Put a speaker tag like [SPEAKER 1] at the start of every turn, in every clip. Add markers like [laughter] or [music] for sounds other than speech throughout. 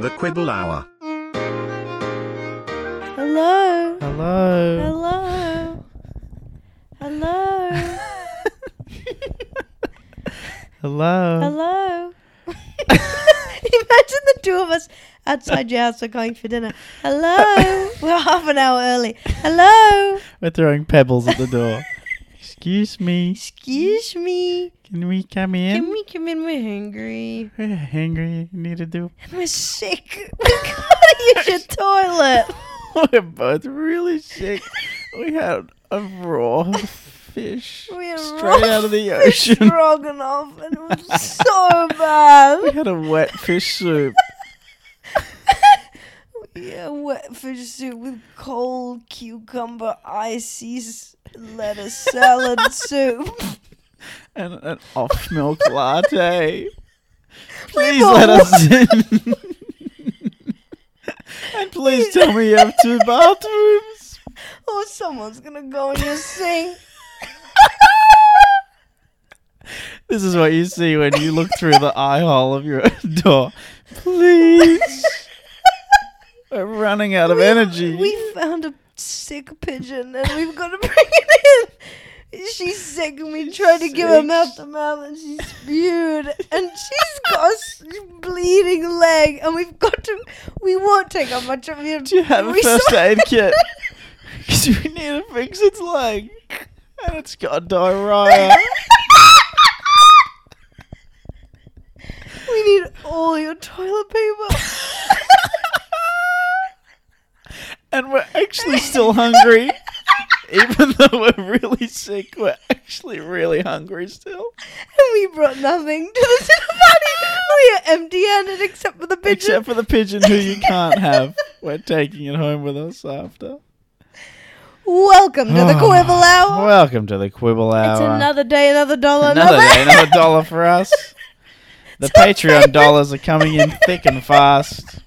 [SPEAKER 1] The Quibble Hour.
[SPEAKER 2] Hello.
[SPEAKER 3] Hello.
[SPEAKER 2] Hello. Hello.
[SPEAKER 3] Hello.
[SPEAKER 2] Hello. [laughs] Imagine the two of us outside your house are going for dinner. [laughs] Hello. We're half an hour early. Hello.
[SPEAKER 3] We're throwing pebbles at the door. [laughs] Excuse me.
[SPEAKER 2] Excuse me.
[SPEAKER 3] Can we come in?
[SPEAKER 2] Can we come in? We're hungry.
[SPEAKER 3] We're hungry. Need to do. [laughs]
[SPEAKER 2] And we're sick. We gotta use your toilet.
[SPEAKER 3] We're both really sick. we had a raw fish
[SPEAKER 2] [laughs] We had
[SPEAKER 3] straight
[SPEAKER 2] raw
[SPEAKER 3] out of the
[SPEAKER 2] Fish
[SPEAKER 3] ocean.
[SPEAKER 2] Stroganoff, and it was so bad.
[SPEAKER 3] we had a wet fish soup.
[SPEAKER 2] Yeah, wet fish soup with cold cucumber, icy s- lettuce
[SPEAKER 3] [laughs]
[SPEAKER 2] salad soup.
[SPEAKER 3] and an off milk latte. Please
[SPEAKER 2] bought
[SPEAKER 3] let us in. [laughs]
[SPEAKER 2] [laughs]
[SPEAKER 3] and please tell me you have two bathrooms.
[SPEAKER 2] Oh, someone's gonna go in your sink.
[SPEAKER 3] This is what you see when you look through the [laughs] eye hole of your door. Please. We're running out of energy.
[SPEAKER 2] [laughs] We found a sick pigeon and we've got to [laughs] bring it in. She's sick and we tried to give her
[SPEAKER 3] sick.
[SPEAKER 2] mouth to mouth and she spewed and she's got a s- bleeding leg and we've got to. We won't take up much of your.
[SPEAKER 3] Do you have a first aid
[SPEAKER 2] [laughs]
[SPEAKER 3] kit? Because we need to fix its leg. And it's
[SPEAKER 2] [laughs]
[SPEAKER 3] got diarrhea.
[SPEAKER 2] We need all your toilet
[SPEAKER 3] [laughs]
[SPEAKER 2] paper.
[SPEAKER 3] and we're actually still hungry. Even though we're really sick, we're actually really hungry still.
[SPEAKER 2] And we brought nothing to the dinner party. We are empty-handed except for the pigeon.
[SPEAKER 3] Except for the pigeon who you can't have. We're taking it home with us after.
[SPEAKER 2] Welcome to the
[SPEAKER 3] Oh,
[SPEAKER 2] Quibble Hour.
[SPEAKER 3] Welcome to the Quibble Hour.
[SPEAKER 2] Oh. it's another day, another dollar,
[SPEAKER 3] uh, another,
[SPEAKER 2] another.
[SPEAKER 3] day, another dollar
[SPEAKER 2] [laughs]
[SPEAKER 3] for us. The Patreon dollars are coming in thick and fast.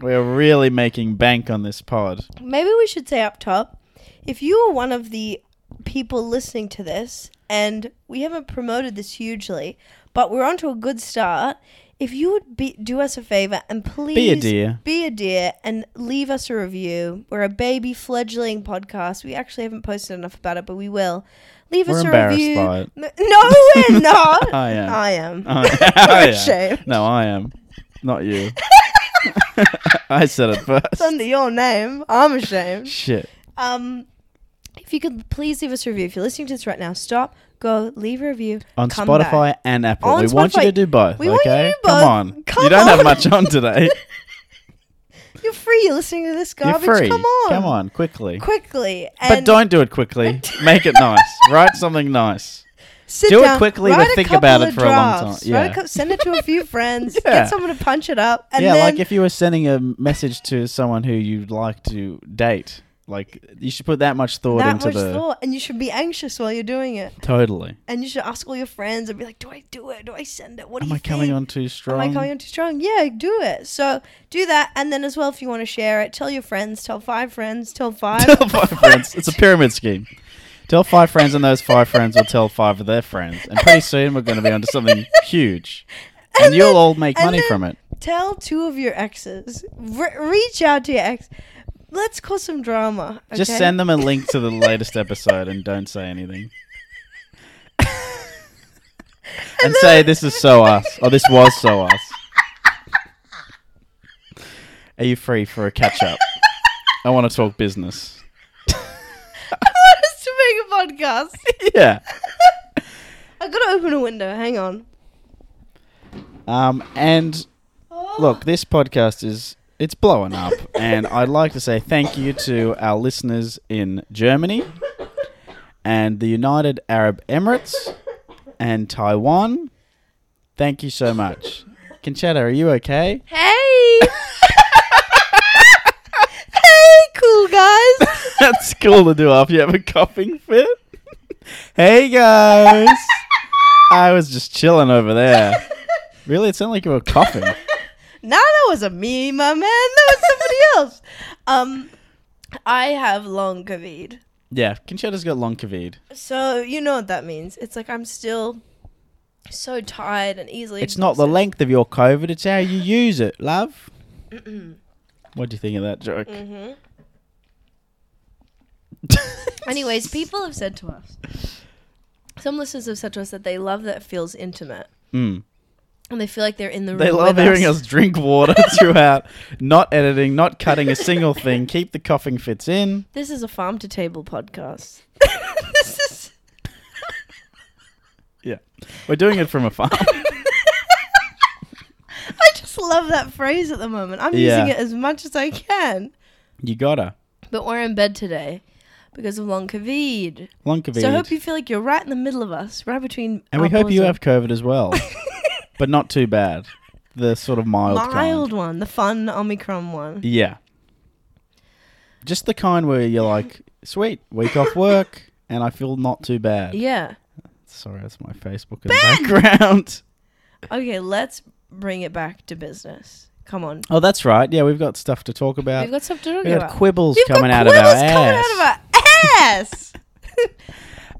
[SPEAKER 3] We're really making bank on this pod.
[SPEAKER 2] Maybe we should say up top, if you are one of the people listening to this, and we haven't promoted this hugely, but we're onto a good start. If you would be, do us a favor and please
[SPEAKER 3] dear.
[SPEAKER 2] be a dear, and leave us a review. We're a baby fledgling podcast. We actually haven't posted enough about it, but we will. Leave
[SPEAKER 3] We're
[SPEAKER 2] us a
[SPEAKER 3] embarrassed
[SPEAKER 2] review. [laughs]
[SPEAKER 3] by it.
[SPEAKER 2] N- No,
[SPEAKER 3] [laughs]
[SPEAKER 2] we're not.
[SPEAKER 3] I am.
[SPEAKER 2] I am.
[SPEAKER 3] Oh, yeah.
[SPEAKER 2] ashamed.
[SPEAKER 3] No, I am.
[SPEAKER 2] [laughs]
[SPEAKER 3] Not you. I said it
[SPEAKER 2] It's
[SPEAKER 3] first.
[SPEAKER 2] under your name. I'm ashamed.
[SPEAKER 3] Shit.
[SPEAKER 2] Um, if you could please leave us a review. If you're listening to this right now, stop, go, leave a review.
[SPEAKER 3] On
[SPEAKER 2] come back.
[SPEAKER 3] Spotify and Apple.
[SPEAKER 2] On
[SPEAKER 3] we want you
[SPEAKER 2] Spotify.
[SPEAKER 3] to do both,
[SPEAKER 2] We want you
[SPEAKER 3] okay?
[SPEAKER 2] to do both.
[SPEAKER 3] Come on.
[SPEAKER 2] Come
[SPEAKER 3] you don't have
[SPEAKER 2] on.
[SPEAKER 3] much on
[SPEAKER 2] [laughs]
[SPEAKER 3] today.
[SPEAKER 2] You're free. You're listening to this
[SPEAKER 3] You're
[SPEAKER 2] garbage.
[SPEAKER 3] free.
[SPEAKER 2] Come on.
[SPEAKER 3] Come on, quickly.
[SPEAKER 2] Quickly.
[SPEAKER 3] but
[SPEAKER 2] And
[SPEAKER 3] don't do
[SPEAKER 2] [laughs]
[SPEAKER 3] it quickly. Make it nice. Write something nice.
[SPEAKER 2] sit
[SPEAKER 3] do it
[SPEAKER 2] down,
[SPEAKER 3] quickly, but
[SPEAKER 2] write a
[SPEAKER 3] think
[SPEAKER 2] couple
[SPEAKER 3] about it
[SPEAKER 2] of
[SPEAKER 3] for a long
[SPEAKER 2] drafts,
[SPEAKER 3] time.
[SPEAKER 2] write a
[SPEAKER 3] Yeah.
[SPEAKER 2] cou- send it to a few
[SPEAKER 3] [laughs]
[SPEAKER 2] friends.
[SPEAKER 3] Yeah.
[SPEAKER 2] Get someone to punch it up. And
[SPEAKER 3] yeah,
[SPEAKER 2] then
[SPEAKER 3] like if you were sending a message to someone who you'd like to date, like you should put that much thought
[SPEAKER 2] that
[SPEAKER 3] into
[SPEAKER 2] much
[SPEAKER 3] the
[SPEAKER 2] thought, and you should be anxious while you're doing it.
[SPEAKER 3] totally.
[SPEAKER 2] And you should ask all your friends and be like, "Do I do it? Do I send it? What do
[SPEAKER 3] Am
[SPEAKER 2] you
[SPEAKER 3] I coming
[SPEAKER 2] think?
[SPEAKER 3] on too strong?
[SPEAKER 2] Am I coming on too strong? Yeah, do it. So do that, and then as well, if you want to share it, tell your friends, tell five friends, tell five.
[SPEAKER 3] [laughs] [laughs] tell five friends. It's a pyramid scheme. Tell five friends, and those five friends will tell five of their friends. And pretty soon we're going to be onto something huge.
[SPEAKER 2] [laughs]
[SPEAKER 3] And,
[SPEAKER 2] And
[SPEAKER 3] you'll
[SPEAKER 2] then-
[SPEAKER 3] all make
[SPEAKER 2] and
[SPEAKER 3] money
[SPEAKER 2] then
[SPEAKER 3] from it.
[SPEAKER 2] tell two of your exes. Re- reach out to your ex. Let's cause some drama.
[SPEAKER 3] Just
[SPEAKER 2] okay?
[SPEAKER 3] send them a link to the latest episode and don't say anything. and say, this is so us, or this was so us. Are you free for a catch up? I want to talk business.
[SPEAKER 2] [laughs] I want us to make a
[SPEAKER 3] [laughs]
[SPEAKER 2] podcast.
[SPEAKER 3] Yeah.
[SPEAKER 2] I gotta open a window. Hang on.
[SPEAKER 3] Um, and Look, this podcast is it's blowing up, and I'd like to say thank you to our listeners in Germany and the United Arab Emirates and Taiwan. Thank you so much. Conchetta, are you okay? [laughs]
[SPEAKER 2] Hey. hey, cool guys.
[SPEAKER 3] That's cool to do after you have a coughing fit. hey guys. I was just chilling over there. Really, it sounded like you were coughing.
[SPEAKER 2] Nah, that was a me, my man. That was
[SPEAKER 3] [laughs]
[SPEAKER 2] somebody else. Um, I have long COVID.
[SPEAKER 3] Yeah, Conchetta's got long COVID.
[SPEAKER 2] So you know what that means. It's like I'm still so tired and easily.
[SPEAKER 3] It's not the
[SPEAKER 2] exhausted.
[SPEAKER 3] length of your COVID, it's how you use it, love. What do you think of that joke?
[SPEAKER 2] [laughs] Mm-hmm. Anyways, people have said to us, some listeners have said to us that they love that it feels intimate
[SPEAKER 3] Mm.
[SPEAKER 2] and they feel like they're in the room.
[SPEAKER 3] They love
[SPEAKER 2] with
[SPEAKER 3] hearing us. drink
[SPEAKER 2] [laughs]
[SPEAKER 3] water throughout, not editing, not cutting a single thing. Keep the coughing fits in.
[SPEAKER 2] This is a farm to table podcast. [laughs] this is.
[SPEAKER 3] Yeah, we're doing it from a farm.
[SPEAKER 2] I just love that phrase at the moment. I'm using
[SPEAKER 3] Yeah.
[SPEAKER 2] it as much as I can.
[SPEAKER 3] [laughs] you gotta
[SPEAKER 2] But we're in bed today because of long COVID.
[SPEAKER 3] Lunkovid.
[SPEAKER 2] So I hope you feel like you're right in the middle of us, right between. our
[SPEAKER 3] and we hope you
[SPEAKER 2] balls
[SPEAKER 3] have COVID
[SPEAKER 2] [laughs]
[SPEAKER 3] as well, but not too bad. The sort of mild,
[SPEAKER 2] mild,
[SPEAKER 3] kind.
[SPEAKER 2] one, the fun Omicron one.
[SPEAKER 3] Yeah. Just the kind where you're like, sweet, week off work, and I feel not too bad.
[SPEAKER 2] Yeah.
[SPEAKER 3] Sorry, that's my Facebook in the background.
[SPEAKER 2] Okay, let's bring it back to business. Come on.
[SPEAKER 3] Oh, that's right. Yeah, we've got stuff to talk about.
[SPEAKER 2] We've got stuff to talk
[SPEAKER 3] Uh, We
[SPEAKER 2] about.
[SPEAKER 3] got quibbles
[SPEAKER 2] We've
[SPEAKER 3] coming
[SPEAKER 2] got
[SPEAKER 3] out of our
[SPEAKER 2] quibbles
[SPEAKER 3] ass.
[SPEAKER 2] coming out of our ass.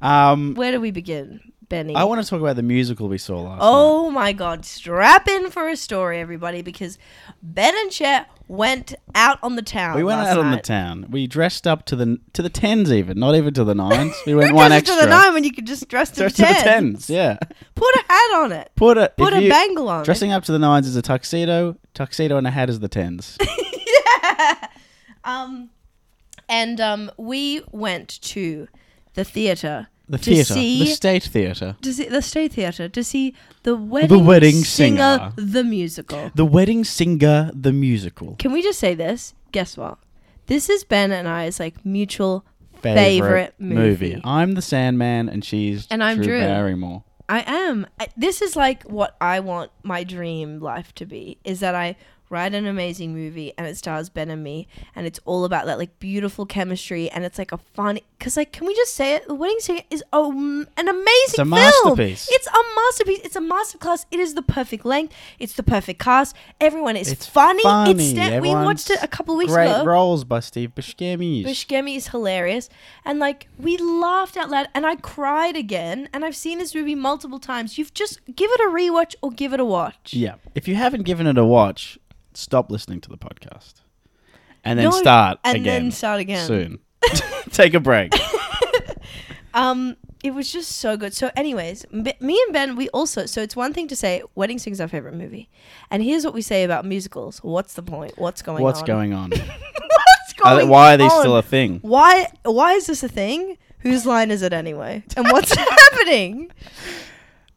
[SPEAKER 3] Um,
[SPEAKER 2] Where do we begin, Benny?
[SPEAKER 3] I want to talk about the musical we saw last night.
[SPEAKER 2] Oh my god, strap in for a story, everybody, because Ben and Chet went out on the town.
[SPEAKER 3] We went
[SPEAKER 2] last
[SPEAKER 3] out on the
[SPEAKER 2] night.
[SPEAKER 3] town. We dressed up to the to the tens, even not even to the nines.
[SPEAKER 2] [laughs]
[SPEAKER 3] We went
[SPEAKER 2] Who
[SPEAKER 3] one
[SPEAKER 2] does it
[SPEAKER 3] extra.
[SPEAKER 2] to the nine when you could just dress to,
[SPEAKER 3] Dress
[SPEAKER 2] the,
[SPEAKER 3] to the
[SPEAKER 2] ten.
[SPEAKER 3] tens. Yeah.
[SPEAKER 2] Put a hat on it.
[SPEAKER 3] Put a
[SPEAKER 2] Put
[SPEAKER 3] if
[SPEAKER 2] a
[SPEAKER 3] you-
[SPEAKER 2] bangle on
[SPEAKER 3] Dressing up to the nines is a tuxedo. Tuxedo and a hat is the tens.
[SPEAKER 2] it. Um, and um, we went to the theater.
[SPEAKER 3] The
[SPEAKER 2] to
[SPEAKER 3] theatre,
[SPEAKER 2] see-
[SPEAKER 3] the state theatre,
[SPEAKER 2] to see the state theater to see the wedding,
[SPEAKER 3] Wedding
[SPEAKER 2] singer,
[SPEAKER 3] Singer.
[SPEAKER 2] the musical.
[SPEAKER 3] the wedding singer, the musical.
[SPEAKER 2] Can we just say this? Guess what? This is Ben and I's like mutual favorite, movie.
[SPEAKER 3] I'm the Sandman, and she's
[SPEAKER 2] And I'm Drew.
[SPEAKER 3] Barrymore.
[SPEAKER 2] I am. I, this is like what I want my dream life to be is that I write an amazing movie and it stars Ben and me and it's all about that like beautiful chemistry and it's like a fun cuz like can we just say it The Wedding Singer is a, an amazing
[SPEAKER 3] It's a
[SPEAKER 2] film.
[SPEAKER 3] masterpiece.
[SPEAKER 2] It's a masterpiece. It's a masterclass. It is the perfect length. It's the perfect cast. Everyone is
[SPEAKER 3] It's
[SPEAKER 2] funny.
[SPEAKER 3] funny.
[SPEAKER 2] It's sta- we watched it
[SPEAKER 3] Everyone's
[SPEAKER 2] a couple of weeks
[SPEAKER 3] Great
[SPEAKER 2] ago.
[SPEAKER 3] roles by Steve Buscemi.
[SPEAKER 2] Buscemi is hilarious. And like we laughed out loud and I cried again. And I've seen this movie multiple times. You've just give it a rewatch or give it a watch.
[SPEAKER 3] Yeah. If you haven't given it a watch, stop listening to the podcast. And then
[SPEAKER 2] No,
[SPEAKER 3] start
[SPEAKER 2] and
[SPEAKER 3] again.
[SPEAKER 2] then start again. [laughs] Oh
[SPEAKER 3] Soon. [laughs] Take a break.
[SPEAKER 2] Um it was just so good. So anyways, b- me and Ben we also so it's one thing to say Wedding Sing's our favorite movie. And here's what we say about musicals. What's the point? What's going
[SPEAKER 3] What's
[SPEAKER 2] on?
[SPEAKER 3] going [laughs]
[SPEAKER 2] [laughs]
[SPEAKER 3] on?
[SPEAKER 2] What's
[SPEAKER 3] Are
[SPEAKER 2] going
[SPEAKER 3] they- why are these
[SPEAKER 2] on?
[SPEAKER 3] still a thing?
[SPEAKER 2] Why why is this a thing? Whose line is it anyway? And what's [laughs] happening?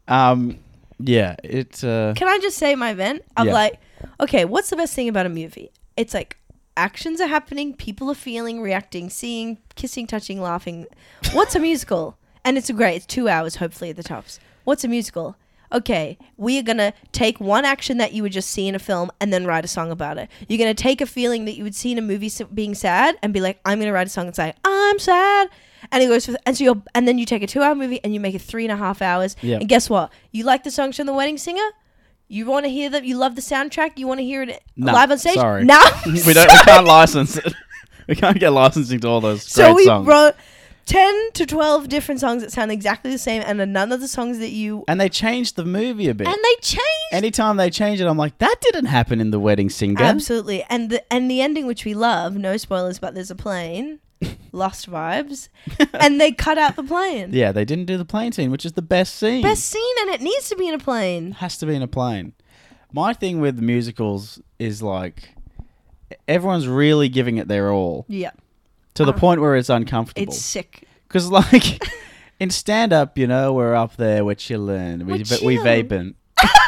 [SPEAKER 3] Um, yeah, it. Uh,
[SPEAKER 2] Can I just say my vent? I'm
[SPEAKER 3] Yeah.
[SPEAKER 2] like, okay, what's the best thing about a movie? It's like actions are happening, people are feeling, reacting, seeing, kissing, touching, laughing. What's
[SPEAKER 3] [laughs]
[SPEAKER 2] a musical? And it's great. It's two hours, hopefully at the tops. What's a musical? Okay, we are gonna take one action that you would just see in a film and then write a song about it. You're gonna take a feeling that you would see in a movie s- being sad and be like, I'm gonna write a song and say, I'm sad. And it goes for, and so you're, and then you take a two-hour movie and you make it three and a half hours.
[SPEAKER 3] Yeah.
[SPEAKER 2] And guess what? You like the songs from The Wedding Singer? You want to hear that? You love the soundtrack? You want to hear it
[SPEAKER 3] No,
[SPEAKER 2] live on stage?
[SPEAKER 3] sorry.
[SPEAKER 2] No,
[SPEAKER 3] [laughs]
[SPEAKER 2] [laughs]
[SPEAKER 3] we don't. We can't license it. [laughs] We can't get licensing to all those
[SPEAKER 2] So
[SPEAKER 3] great
[SPEAKER 2] we
[SPEAKER 3] songs.
[SPEAKER 2] wrote ten to twelve different songs that sound exactly the same, and are none of the songs that you
[SPEAKER 3] and they changed the movie a bit.
[SPEAKER 2] and they changed
[SPEAKER 3] Anytime they change it, I'm like, that didn't happen in the wedding singer.
[SPEAKER 2] absolutely. And the and the ending, which we love, no spoilers, but there's a
[SPEAKER 3] [laughs]
[SPEAKER 2] plane, lost vibes, and they cut out the plane.
[SPEAKER 3] yeah, they didn't do the plane scene, which is the best scene.
[SPEAKER 2] Best scene, and it needs to be in a plane.
[SPEAKER 3] has to be in a plane. My thing with musicals is like e-, everyone's really giving it their all
[SPEAKER 2] Yeah,
[SPEAKER 3] to the point where it's uncomfortable.
[SPEAKER 2] Uh, it's sick.
[SPEAKER 3] Because [laughs] like in stand up, you know, we're up there, we're chilling, we
[SPEAKER 2] We're
[SPEAKER 3] va- we
[SPEAKER 2] chill.
[SPEAKER 3] vaping,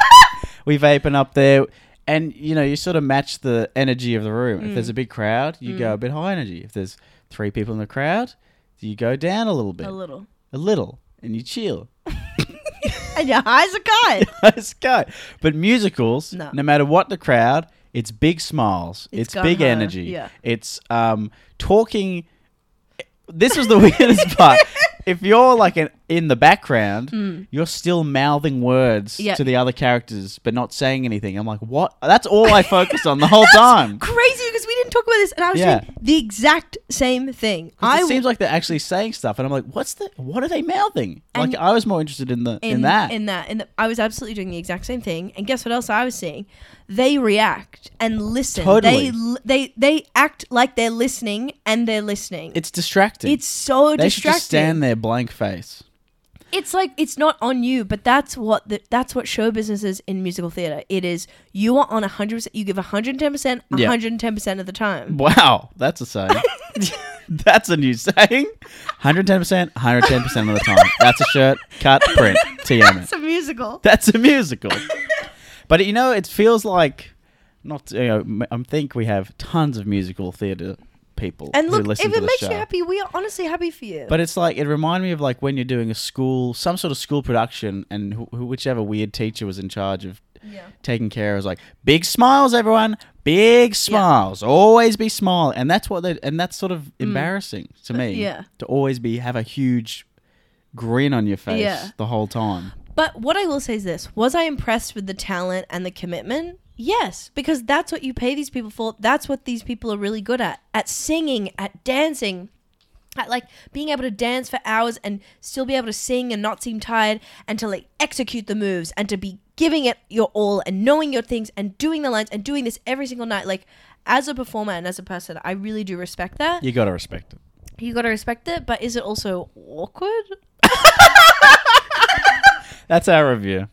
[SPEAKER 3] [laughs] we vaping up there, and you know, you sort of match the energy of the room. If
[SPEAKER 2] Mm.
[SPEAKER 3] there's a big crowd, you go a bit high energy. If there's three people in the crowd, you go down a little bit,
[SPEAKER 2] A little,
[SPEAKER 3] a little and you chill.
[SPEAKER 2] and your eyes are
[SPEAKER 3] [laughs]
[SPEAKER 2] cut.
[SPEAKER 3] Let's go. But musicals,
[SPEAKER 2] No.
[SPEAKER 3] no, matter what the crowd, it's big smiles.
[SPEAKER 2] It's
[SPEAKER 3] It's, big
[SPEAKER 2] gung-ho,
[SPEAKER 3] energy.
[SPEAKER 2] yeah.
[SPEAKER 3] It's um talking. This was the [laughs] weirdest part. If you're like an, in the background, you're still mouthing words
[SPEAKER 2] Hmm. Yeah.
[SPEAKER 3] to the
[SPEAKER 2] [laughs]
[SPEAKER 3] other characters, but not saying anything. I'm like, what? That's all I focused on the whole time.
[SPEAKER 2] Crazy because we didn't talk about this, and I was
[SPEAKER 3] Yeah.
[SPEAKER 2] doing the exact same thing.
[SPEAKER 3] 'Cause
[SPEAKER 2] I
[SPEAKER 3] it seems like they're actually saying stuff, and I'm like, "What's the? What are they mouthing?" Like,
[SPEAKER 2] And-
[SPEAKER 3] I was more interested in the in, that.
[SPEAKER 2] in that in the, I was absolutely doing the exact same thing and guess what else I was seeing they react and listen they
[SPEAKER 3] Totally.
[SPEAKER 2] li- they they act like they're listening and they're listening it's,
[SPEAKER 3] it's distracting.
[SPEAKER 2] so
[SPEAKER 3] they should
[SPEAKER 2] distracting
[SPEAKER 3] just stand there, blank face.
[SPEAKER 2] it's like it's not on you but that's what the, that's what show business is in musical theater it is you are on 100% you give 110%
[SPEAKER 3] Yeah.
[SPEAKER 2] 110% of the time
[SPEAKER 3] Wow, that's a [laughs] saying.
[SPEAKER 2] [laughs]
[SPEAKER 3] that's a new saying. 110 percent, 110 percent of the time. That's a shirt, cut, print, TM.
[SPEAKER 2] it's a musical
[SPEAKER 3] That's a musical. but you know, it feels like not. You know, m- I think we have tons of musical theatre people
[SPEAKER 2] and
[SPEAKER 3] who
[SPEAKER 2] look if
[SPEAKER 3] listen to
[SPEAKER 2] it
[SPEAKER 3] the
[SPEAKER 2] makes
[SPEAKER 3] show.
[SPEAKER 2] you happy we are honestly happy for you
[SPEAKER 3] But it's like it reminded me of like when you're doing a school, some sort of school production, and wh- wh- whichever weird teacher was in charge of
[SPEAKER 2] yeah
[SPEAKER 3] taking care was like big smiles, everyone, big smiles, always be smile, and that's what they, and that's sort of embarrassing to me.
[SPEAKER 2] Mm. Uh, yeah.
[SPEAKER 3] to always be have a huge grin on your face
[SPEAKER 2] Yeah.
[SPEAKER 3] the whole time.
[SPEAKER 2] But what I will say is this was I impressed with the talent and the commitment? Yes, because that's what you pay these people for. That's what these people are really good at at singing, at dancing, at like being able to dance for hours and still be able to sing and not seem tired and to like execute the moves and to be giving it your all and knowing your things and doing the lines and doing this every single night. Like, as a performer and as a person, I really do respect that.
[SPEAKER 3] You gotta respect it.
[SPEAKER 2] You gotta respect it, but is it also awkward?
[SPEAKER 3] That's
[SPEAKER 2] [laughs]
[SPEAKER 3] our review.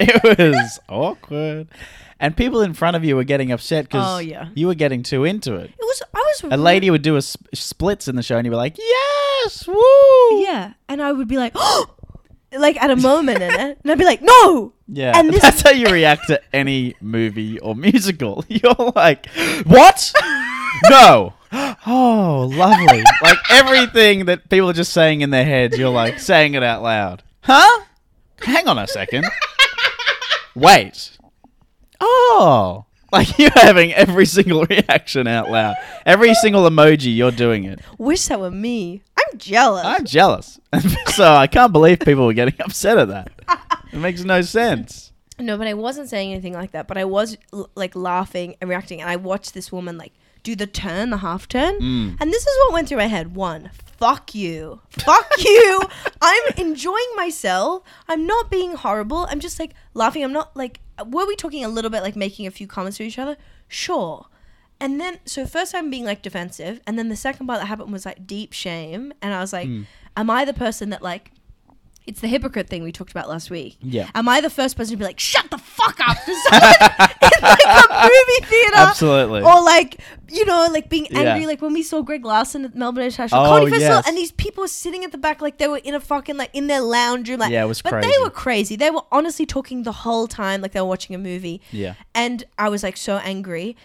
[SPEAKER 3] it was awkward, and people in front of you were getting upset because
[SPEAKER 2] Oh, yeah.
[SPEAKER 3] you were getting too into it.
[SPEAKER 2] It was, I was
[SPEAKER 3] A lady would do a sp- splits in the show, and you'd be like, "Yes, woo!"
[SPEAKER 2] Yeah, and I would be like, [gasps] like at a moment in it, and I'd be like, no.
[SPEAKER 3] Yeah,
[SPEAKER 2] And this-
[SPEAKER 3] [laughs] that's how you
[SPEAKER 2] [laughs]
[SPEAKER 3] react to any movie or musical. [laughs] You're like,
[SPEAKER 2] [laughs]
[SPEAKER 3] what? no. Oh, lovely. like everything that people are just saying in their heads, you're like saying it out loud. Huh? Hang on a second. Wait. Oh. Like [laughs] you're having every single reaction out loud. Every single emoji, you're doing it.
[SPEAKER 2] Wish that were me. I'm jealous.
[SPEAKER 3] I'm jealous. [laughs] so I can't believe people were getting [laughs] upset at that. It makes no sense.
[SPEAKER 2] no, but I wasn't saying anything like that. But I was l- like laughing and reacting, and I watched this woman like do the turn, the half turn, and this is what went through my head. One. Fuck you. Fuck you. I'm enjoying myself. I'm not being horrible. I'm just like laughing. I'm not like, were we talking a little bit like making a few comments to each other? Sure. And then, so first I'm being like defensive, and then the second part that happened was like deep shame, and I was like, "Am I the person that like?" It's the hypocrite thing we talked about last week.
[SPEAKER 3] Yeah.
[SPEAKER 2] Am I the first person to be like, "Shut the fuck up" [laughs] to someone in like a movie theater?
[SPEAKER 3] Absolutely.
[SPEAKER 2] Uh, Or like, you know, like being angry,
[SPEAKER 3] Yeah.
[SPEAKER 2] like when we saw Greg Larson at Melbourne International
[SPEAKER 3] Oh,
[SPEAKER 2] Comedy Festival,
[SPEAKER 3] yes.
[SPEAKER 2] and these people were sitting at the back like they were in a fucking like in their lounge room. Like,
[SPEAKER 3] Yeah, it was
[SPEAKER 2] but
[SPEAKER 3] crazy.
[SPEAKER 2] they were crazy. They were honestly talking the whole time like they were watching a movie.
[SPEAKER 3] Yeah.
[SPEAKER 2] And I was like so angry.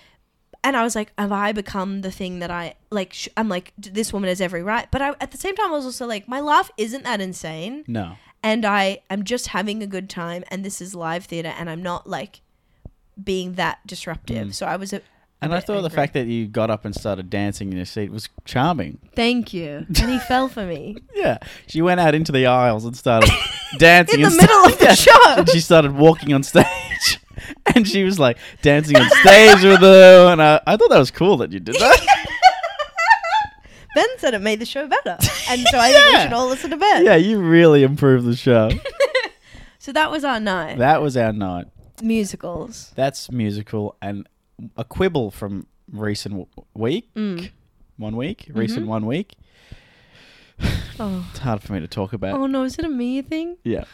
[SPEAKER 2] And I was like, have I become the thing that I like? Sh- I'm like, d- this woman has every right. But I, at the same time, I was also like, my laugh isn't that insane.
[SPEAKER 3] No.
[SPEAKER 2] And I am just having a good time. And this is live theater. And I'm not like being that disruptive.
[SPEAKER 3] Mm.
[SPEAKER 2] So I was a. a
[SPEAKER 3] And I
[SPEAKER 2] bit
[SPEAKER 3] thought the
[SPEAKER 2] angry.
[SPEAKER 3] fact that you got up and started dancing in your seat was charming.
[SPEAKER 2] Thank you. [laughs] And he fell for
[SPEAKER 3] [laughs]
[SPEAKER 2] me.
[SPEAKER 3] Yeah. She went out into the aisles and started
[SPEAKER 2] [laughs]
[SPEAKER 3] dancing
[SPEAKER 2] In the
[SPEAKER 3] and
[SPEAKER 2] middle
[SPEAKER 3] [laughs]
[SPEAKER 2] of the show.
[SPEAKER 3] And she started walking on stage. [laughs] and she was like dancing on stage with her. And I, I thought that was cool that you
[SPEAKER 2] [laughs]
[SPEAKER 3] did that.
[SPEAKER 2] [laughs] Ben said it made the show
[SPEAKER 3] [laughs]
[SPEAKER 2] better. And so I think we
[SPEAKER 3] Yeah.
[SPEAKER 2] should all listen to Ben.
[SPEAKER 3] yeah, you really improved the show.
[SPEAKER 2] So that was our night.
[SPEAKER 3] That was our night.
[SPEAKER 2] Musicals.
[SPEAKER 3] That's musical and a quibble from recent w- week.
[SPEAKER 2] Mm.
[SPEAKER 3] One week,
[SPEAKER 2] Mm-hmm.
[SPEAKER 3] recent one week.
[SPEAKER 2] Oh.
[SPEAKER 3] It's hard for me to talk about.
[SPEAKER 2] oh no, is it a me thing?
[SPEAKER 3] Yeah.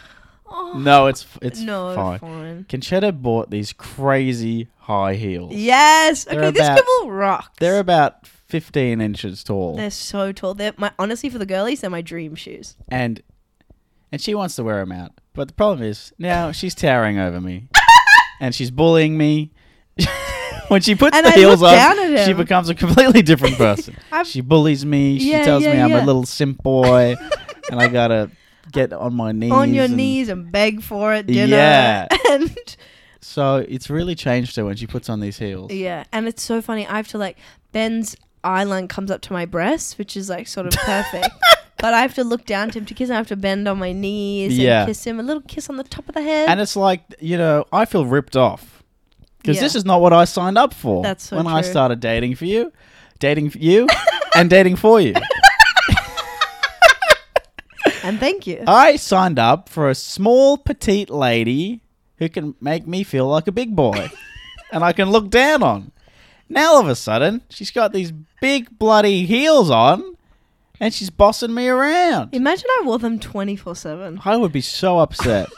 [SPEAKER 2] Oh.
[SPEAKER 3] No, it's f- it's
[SPEAKER 2] No,
[SPEAKER 3] fine.
[SPEAKER 2] fine.
[SPEAKER 3] Conchetta bought these crazy high heels.
[SPEAKER 2] Yes.
[SPEAKER 3] They're
[SPEAKER 2] Okay, this
[SPEAKER 3] about-
[SPEAKER 2] couple rocks.
[SPEAKER 3] They're about 15 inches tall.
[SPEAKER 2] They're so tall. They're my honestly for the girlies, they're my dream shoes.
[SPEAKER 3] and and she wants to wear them out. But the problem is, now she's towering
[SPEAKER 2] [laughs]
[SPEAKER 3] over me. and she's bullying me. [laughs] when she puts
[SPEAKER 2] And
[SPEAKER 3] the
[SPEAKER 2] I
[SPEAKER 3] heels
[SPEAKER 2] look
[SPEAKER 3] on,
[SPEAKER 2] down at
[SPEAKER 3] she
[SPEAKER 2] him.
[SPEAKER 3] becomes a
[SPEAKER 2] [laughs]
[SPEAKER 3] completely different person.
[SPEAKER 2] I'm-
[SPEAKER 3] she bullies me. She
[SPEAKER 2] Yeah,
[SPEAKER 3] tells
[SPEAKER 2] yeah,
[SPEAKER 3] me I'm a
[SPEAKER 2] yeah.
[SPEAKER 3] little simp
[SPEAKER 2] [laughs]
[SPEAKER 3] boy and I got to get on my knees.
[SPEAKER 2] On your
[SPEAKER 3] and-
[SPEAKER 2] knees and beg for it dinner.
[SPEAKER 3] Yeah.
[SPEAKER 2] [laughs] And
[SPEAKER 3] So it's really changed her when she puts on these heels.
[SPEAKER 2] yeah, and it's so funny. I have to like Ben's eyeline comes up to my breast, which is like sort of
[SPEAKER 3] [laughs]
[SPEAKER 2] perfect. but I have to look down to him to kiss. and I have to bend on my knees
[SPEAKER 3] Yeah.
[SPEAKER 2] and kiss him. A little kiss on the top of the head.
[SPEAKER 3] And it's like, you know, I feel ripped off. because
[SPEAKER 2] Yeah.
[SPEAKER 3] this is not what I signed up for.
[SPEAKER 2] That's so
[SPEAKER 3] when I
[SPEAKER 2] true.
[SPEAKER 3] started dating for you, dating for you,
[SPEAKER 2] [laughs]
[SPEAKER 3] and dating for you.
[SPEAKER 2] And thank you.
[SPEAKER 3] I signed up for a small petite lady who can make me feel like a big boy and I can look down on. Now all of a sudden, she's got these big bloody heels on and she's bossing me around.
[SPEAKER 2] Imagine I wore them 24
[SPEAKER 3] [laughs]
[SPEAKER 2] 7.
[SPEAKER 3] I would be so upset.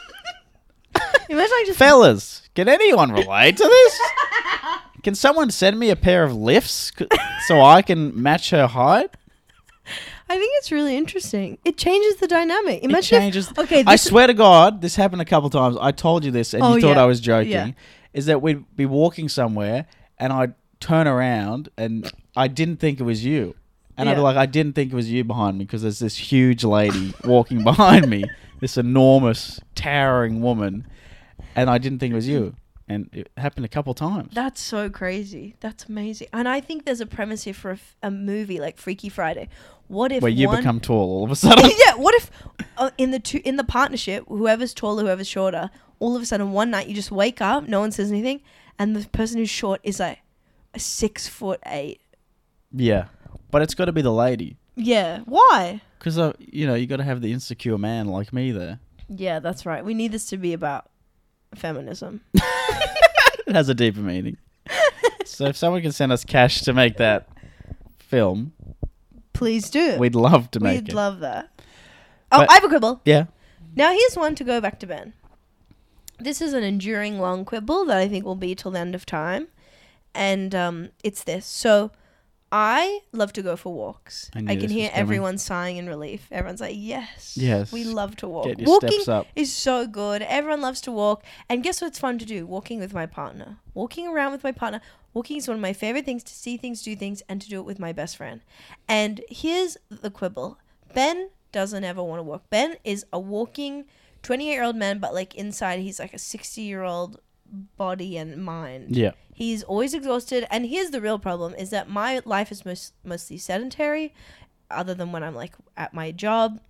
[SPEAKER 2] Imagine I just.
[SPEAKER 3] Fellas, can anyone relate to this? Can someone send me a pair of lifts c- so I can match her height?
[SPEAKER 2] I think it's really interesting. It changes the dynamic.
[SPEAKER 3] It
[SPEAKER 2] Imagine. if-
[SPEAKER 3] changes.
[SPEAKER 2] okay,
[SPEAKER 3] I
[SPEAKER 2] this
[SPEAKER 3] swear to God, this happened a couple times. I told you this, and
[SPEAKER 2] Oh,
[SPEAKER 3] you thought
[SPEAKER 2] yeah.
[SPEAKER 3] I was joking.
[SPEAKER 2] Yeah.
[SPEAKER 3] Is that we'd be walking somewhere, and I'd turn around, and I didn't think it was you, and I'd be
[SPEAKER 2] Yeah.
[SPEAKER 3] like, I didn't think it was you behind me because there's this huge lady [laughs] walking behind me, this enormous, towering woman, and I didn't think it was you, and it happened a couple times.
[SPEAKER 2] That's so crazy. That's amazing. And I think there's a premise here for a, f- a movie like Freaky Friday. What if
[SPEAKER 3] where you
[SPEAKER 2] one-
[SPEAKER 3] become tall all of a sudden.
[SPEAKER 2] [laughs] yeah. What if uh, in the two in the partnership, whoever's taller, whoever's shorter, all of a sudden one night you just wake up, no one says anything, and the person who's short is like a six foot eight.
[SPEAKER 3] yeah, but it's got to be the lady
[SPEAKER 2] Yeah. Why?
[SPEAKER 3] because you know you got to have the insecure man like me there.
[SPEAKER 2] Yeah, that's right. We need this to be about feminism.
[SPEAKER 3] It has a deeper meaning. so if someone can send us cash to make that film,
[SPEAKER 2] Please do.
[SPEAKER 3] we'd love to make
[SPEAKER 2] We'd
[SPEAKER 3] it.
[SPEAKER 2] love that. Oh,
[SPEAKER 3] But-
[SPEAKER 2] I have a quibble.
[SPEAKER 3] yeah.
[SPEAKER 2] Now here's one to go back to Ben. This is an enduring long quibble that I think will be till the end of time, and um, it's this. So, I love to go for walks.
[SPEAKER 3] I
[SPEAKER 2] I,
[SPEAKER 3] knew
[SPEAKER 2] can
[SPEAKER 3] this was
[SPEAKER 2] hear
[SPEAKER 3] coming.
[SPEAKER 2] everyone sighing in relief. Everyone's like, "Yes,
[SPEAKER 3] Yes.
[SPEAKER 2] we love to walk.
[SPEAKER 3] Get your
[SPEAKER 2] Walking
[SPEAKER 3] steps up.
[SPEAKER 2] is so good. Everyone loves to walk, and guess what's fun to do? Walking with my partner. Walking around with my partner. Walking is one of my favorite things to see things, do things, and to do it with my best friend. And here's the quibble: Ben doesn't ever want to walk. Ben is a walking 28 year old man, but like inside, he's like a 60 year old body and mind.
[SPEAKER 3] Yeah.
[SPEAKER 2] He's always exhausted, and here's the real problem: is that my life is most, mostly sedentary, other than when I'm like at my job,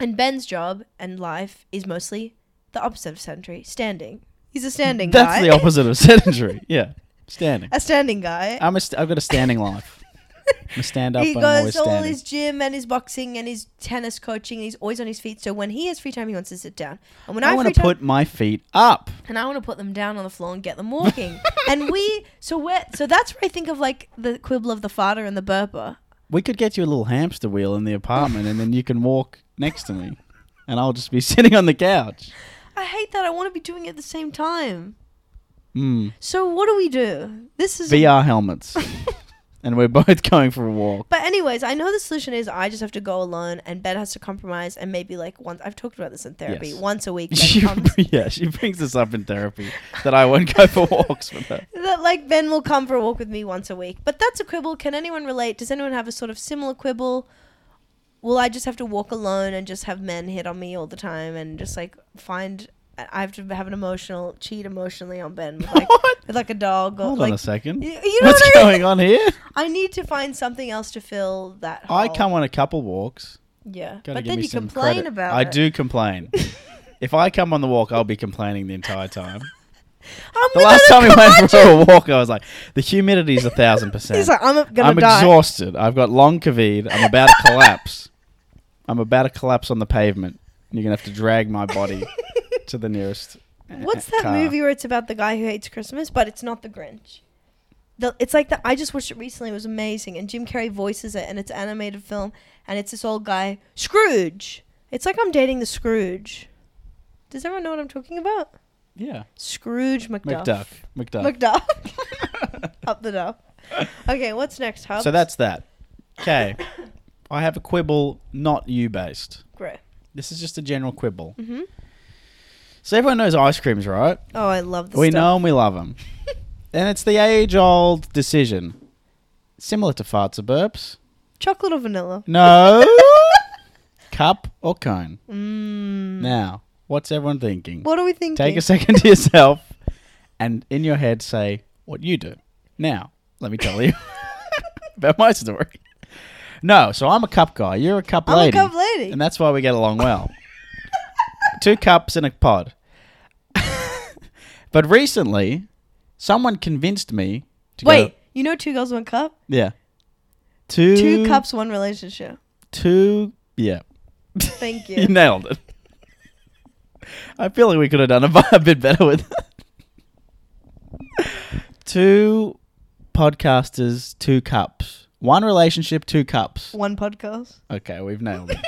[SPEAKER 2] and Ben's job and life is mostly the opposite of sedentary, standing. He's a standing
[SPEAKER 3] [laughs] That's
[SPEAKER 2] guy.
[SPEAKER 3] the opposite of sedentary. Yeah. Standing.
[SPEAKER 2] a standing guy.
[SPEAKER 3] I'm a st- I've got a standing life. I'm a stand up,
[SPEAKER 2] he
[SPEAKER 3] but I'm
[SPEAKER 2] goes
[SPEAKER 3] always
[SPEAKER 2] to all
[SPEAKER 3] standing.
[SPEAKER 2] his gym and his boxing and his tennis coaching. And he's always on his feet. So when he has free time, he wants to sit down. And when I,
[SPEAKER 3] I
[SPEAKER 2] have free
[SPEAKER 3] want to
[SPEAKER 2] time,
[SPEAKER 3] put my feet up.
[SPEAKER 2] and I want to put them down on the floor and get them
[SPEAKER 3] [laughs]
[SPEAKER 2] walking. and we, so we're, so that's where I think of like the quibble of the farter and the burper.
[SPEAKER 3] We could get you a little hamster wheel in the apartment, and then you can walk next to me, and I'll just be [laughs] sitting on the couch.
[SPEAKER 2] I hate that. I want to be doing it at the same time.
[SPEAKER 3] Hmm.
[SPEAKER 2] So what do we do? This is [laughs]
[SPEAKER 3] VR helmets, and we're both [laughs] going for a walk.
[SPEAKER 2] But anyways, I know the solution is I just have to go alone, and Ben has to compromise, and maybe like once I've talked about this in therapy.
[SPEAKER 3] Yes.
[SPEAKER 2] Once
[SPEAKER 3] [laughs]
[SPEAKER 2] a week,
[SPEAKER 3] She,
[SPEAKER 2] Ben comes.
[SPEAKER 3] yeah, she brings this up in therapy that I won't go for walks with her.
[SPEAKER 2] [laughs] that like Ben will come for a walk with me once a week. But that's a quibble. Can anyone relate? Does anyone have a sort of similar quibble? Will I just have to walk alone and just have men hit on me all the time and just like find? I have to have an emotional cheat emotionally on Ben with
[SPEAKER 3] [laughs]
[SPEAKER 2] like,
[SPEAKER 3] What?
[SPEAKER 2] with like a dog or
[SPEAKER 3] Hold
[SPEAKER 2] like
[SPEAKER 3] on a second.
[SPEAKER 2] you, you know
[SPEAKER 3] What's
[SPEAKER 2] what I mean?
[SPEAKER 3] going
[SPEAKER 2] [laughs]
[SPEAKER 3] on here?
[SPEAKER 2] I need to find something else to fill that. Hole.
[SPEAKER 3] I come on a couple walks.
[SPEAKER 2] Yeah,
[SPEAKER 3] Gotta
[SPEAKER 2] Oh. but
[SPEAKER 3] give
[SPEAKER 2] then
[SPEAKER 3] me
[SPEAKER 2] you
[SPEAKER 3] some
[SPEAKER 2] complain
[SPEAKER 3] credit.
[SPEAKER 2] about
[SPEAKER 3] I
[SPEAKER 2] it.
[SPEAKER 3] do
[SPEAKER 2] [laughs]
[SPEAKER 3] complain. if I come on the walk, I'll be complaining the
[SPEAKER 2] [laughs]
[SPEAKER 3] entire time.
[SPEAKER 2] I'm
[SPEAKER 3] The
[SPEAKER 2] gonna
[SPEAKER 3] last time we went for
[SPEAKER 2] imagine.
[SPEAKER 3] a walk, I was like, the humidity is a thousand
[SPEAKER 2] [laughs]
[SPEAKER 3] percent.
[SPEAKER 2] He's like, I'm gonna
[SPEAKER 3] I'm
[SPEAKER 2] die.
[SPEAKER 3] exhausted. I've got long COVID. I'm about to collapse. I'm about to collapse on the pavement. You're gonna have to drag my
[SPEAKER 2] [laughs]
[SPEAKER 3] body to the nearest. uh,
[SPEAKER 2] [laughs] What's that
[SPEAKER 3] car.
[SPEAKER 2] movie where it's about the guy who hates Christmas, but it's not the Grinch? The, it's like that. I just watched it recently. It was amazing, and Jim Carrey voices it, and it's an animated film, and it's this old guy Scrooge. It's like I'm dating the Scrooge. Does everyone know what I'm talking about?
[SPEAKER 3] Yeah,
[SPEAKER 2] Scrooge McDuck.
[SPEAKER 3] McDuck. McDuck.
[SPEAKER 2] McDuck.
[SPEAKER 3] [laughs]
[SPEAKER 2] Up the duff. Okay, what's next, Hub?
[SPEAKER 3] So that's that. Okay. I have a quibble, not you based.
[SPEAKER 2] great.
[SPEAKER 3] This is just a general quibble.
[SPEAKER 2] hmm
[SPEAKER 3] So everyone knows ice creams, right?
[SPEAKER 2] Oh, I love this.
[SPEAKER 3] we
[SPEAKER 2] stuff.
[SPEAKER 3] know and we love them. and it's the age old decision. Similar to farts or burps.
[SPEAKER 2] [laughs] chocolate or
[SPEAKER 3] [laughs]
[SPEAKER 2] vanilla. [laughs]
[SPEAKER 3] No. Cup or cone.
[SPEAKER 2] Mm.
[SPEAKER 3] Now, what's everyone thinking?
[SPEAKER 2] What are we thinking?
[SPEAKER 3] Take a second to yourself and in your head say what you do. Now, let me tell you [laughs] about my story. No, so I'm a cup guy. You're a cup
[SPEAKER 2] I'm
[SPEAKER 3] lady.
[SPEAKER 2] a cup lady.
[SPEAKER 3] And that's why we get along well. [laughs] Two cups in a pod. but recently, Someone convinced me to go.
[SPEAKER 2] Wait, you know two girls, one cup?
[SPEAKER 3] Yeah. Two,
[SPEAKER 2] Two cups, one relationship.
[SPEAKER 3] Two. Yeah. [laughs]
[SPEAKER 2] Thank
[SPEAKER 3] You
[SPEAKER 2] you.
[SPEAKER 3] nailed it. I feel like we could have done a, [laughs] bu- a bit better with that. two podcasters, two cups. One relationship, two cups.
[SPEAKER 2] one podcast.
[SPEAKER 3] Okay, we've nailed
[SPEAKER 2] [laughs]
[SPEAKER 3] it.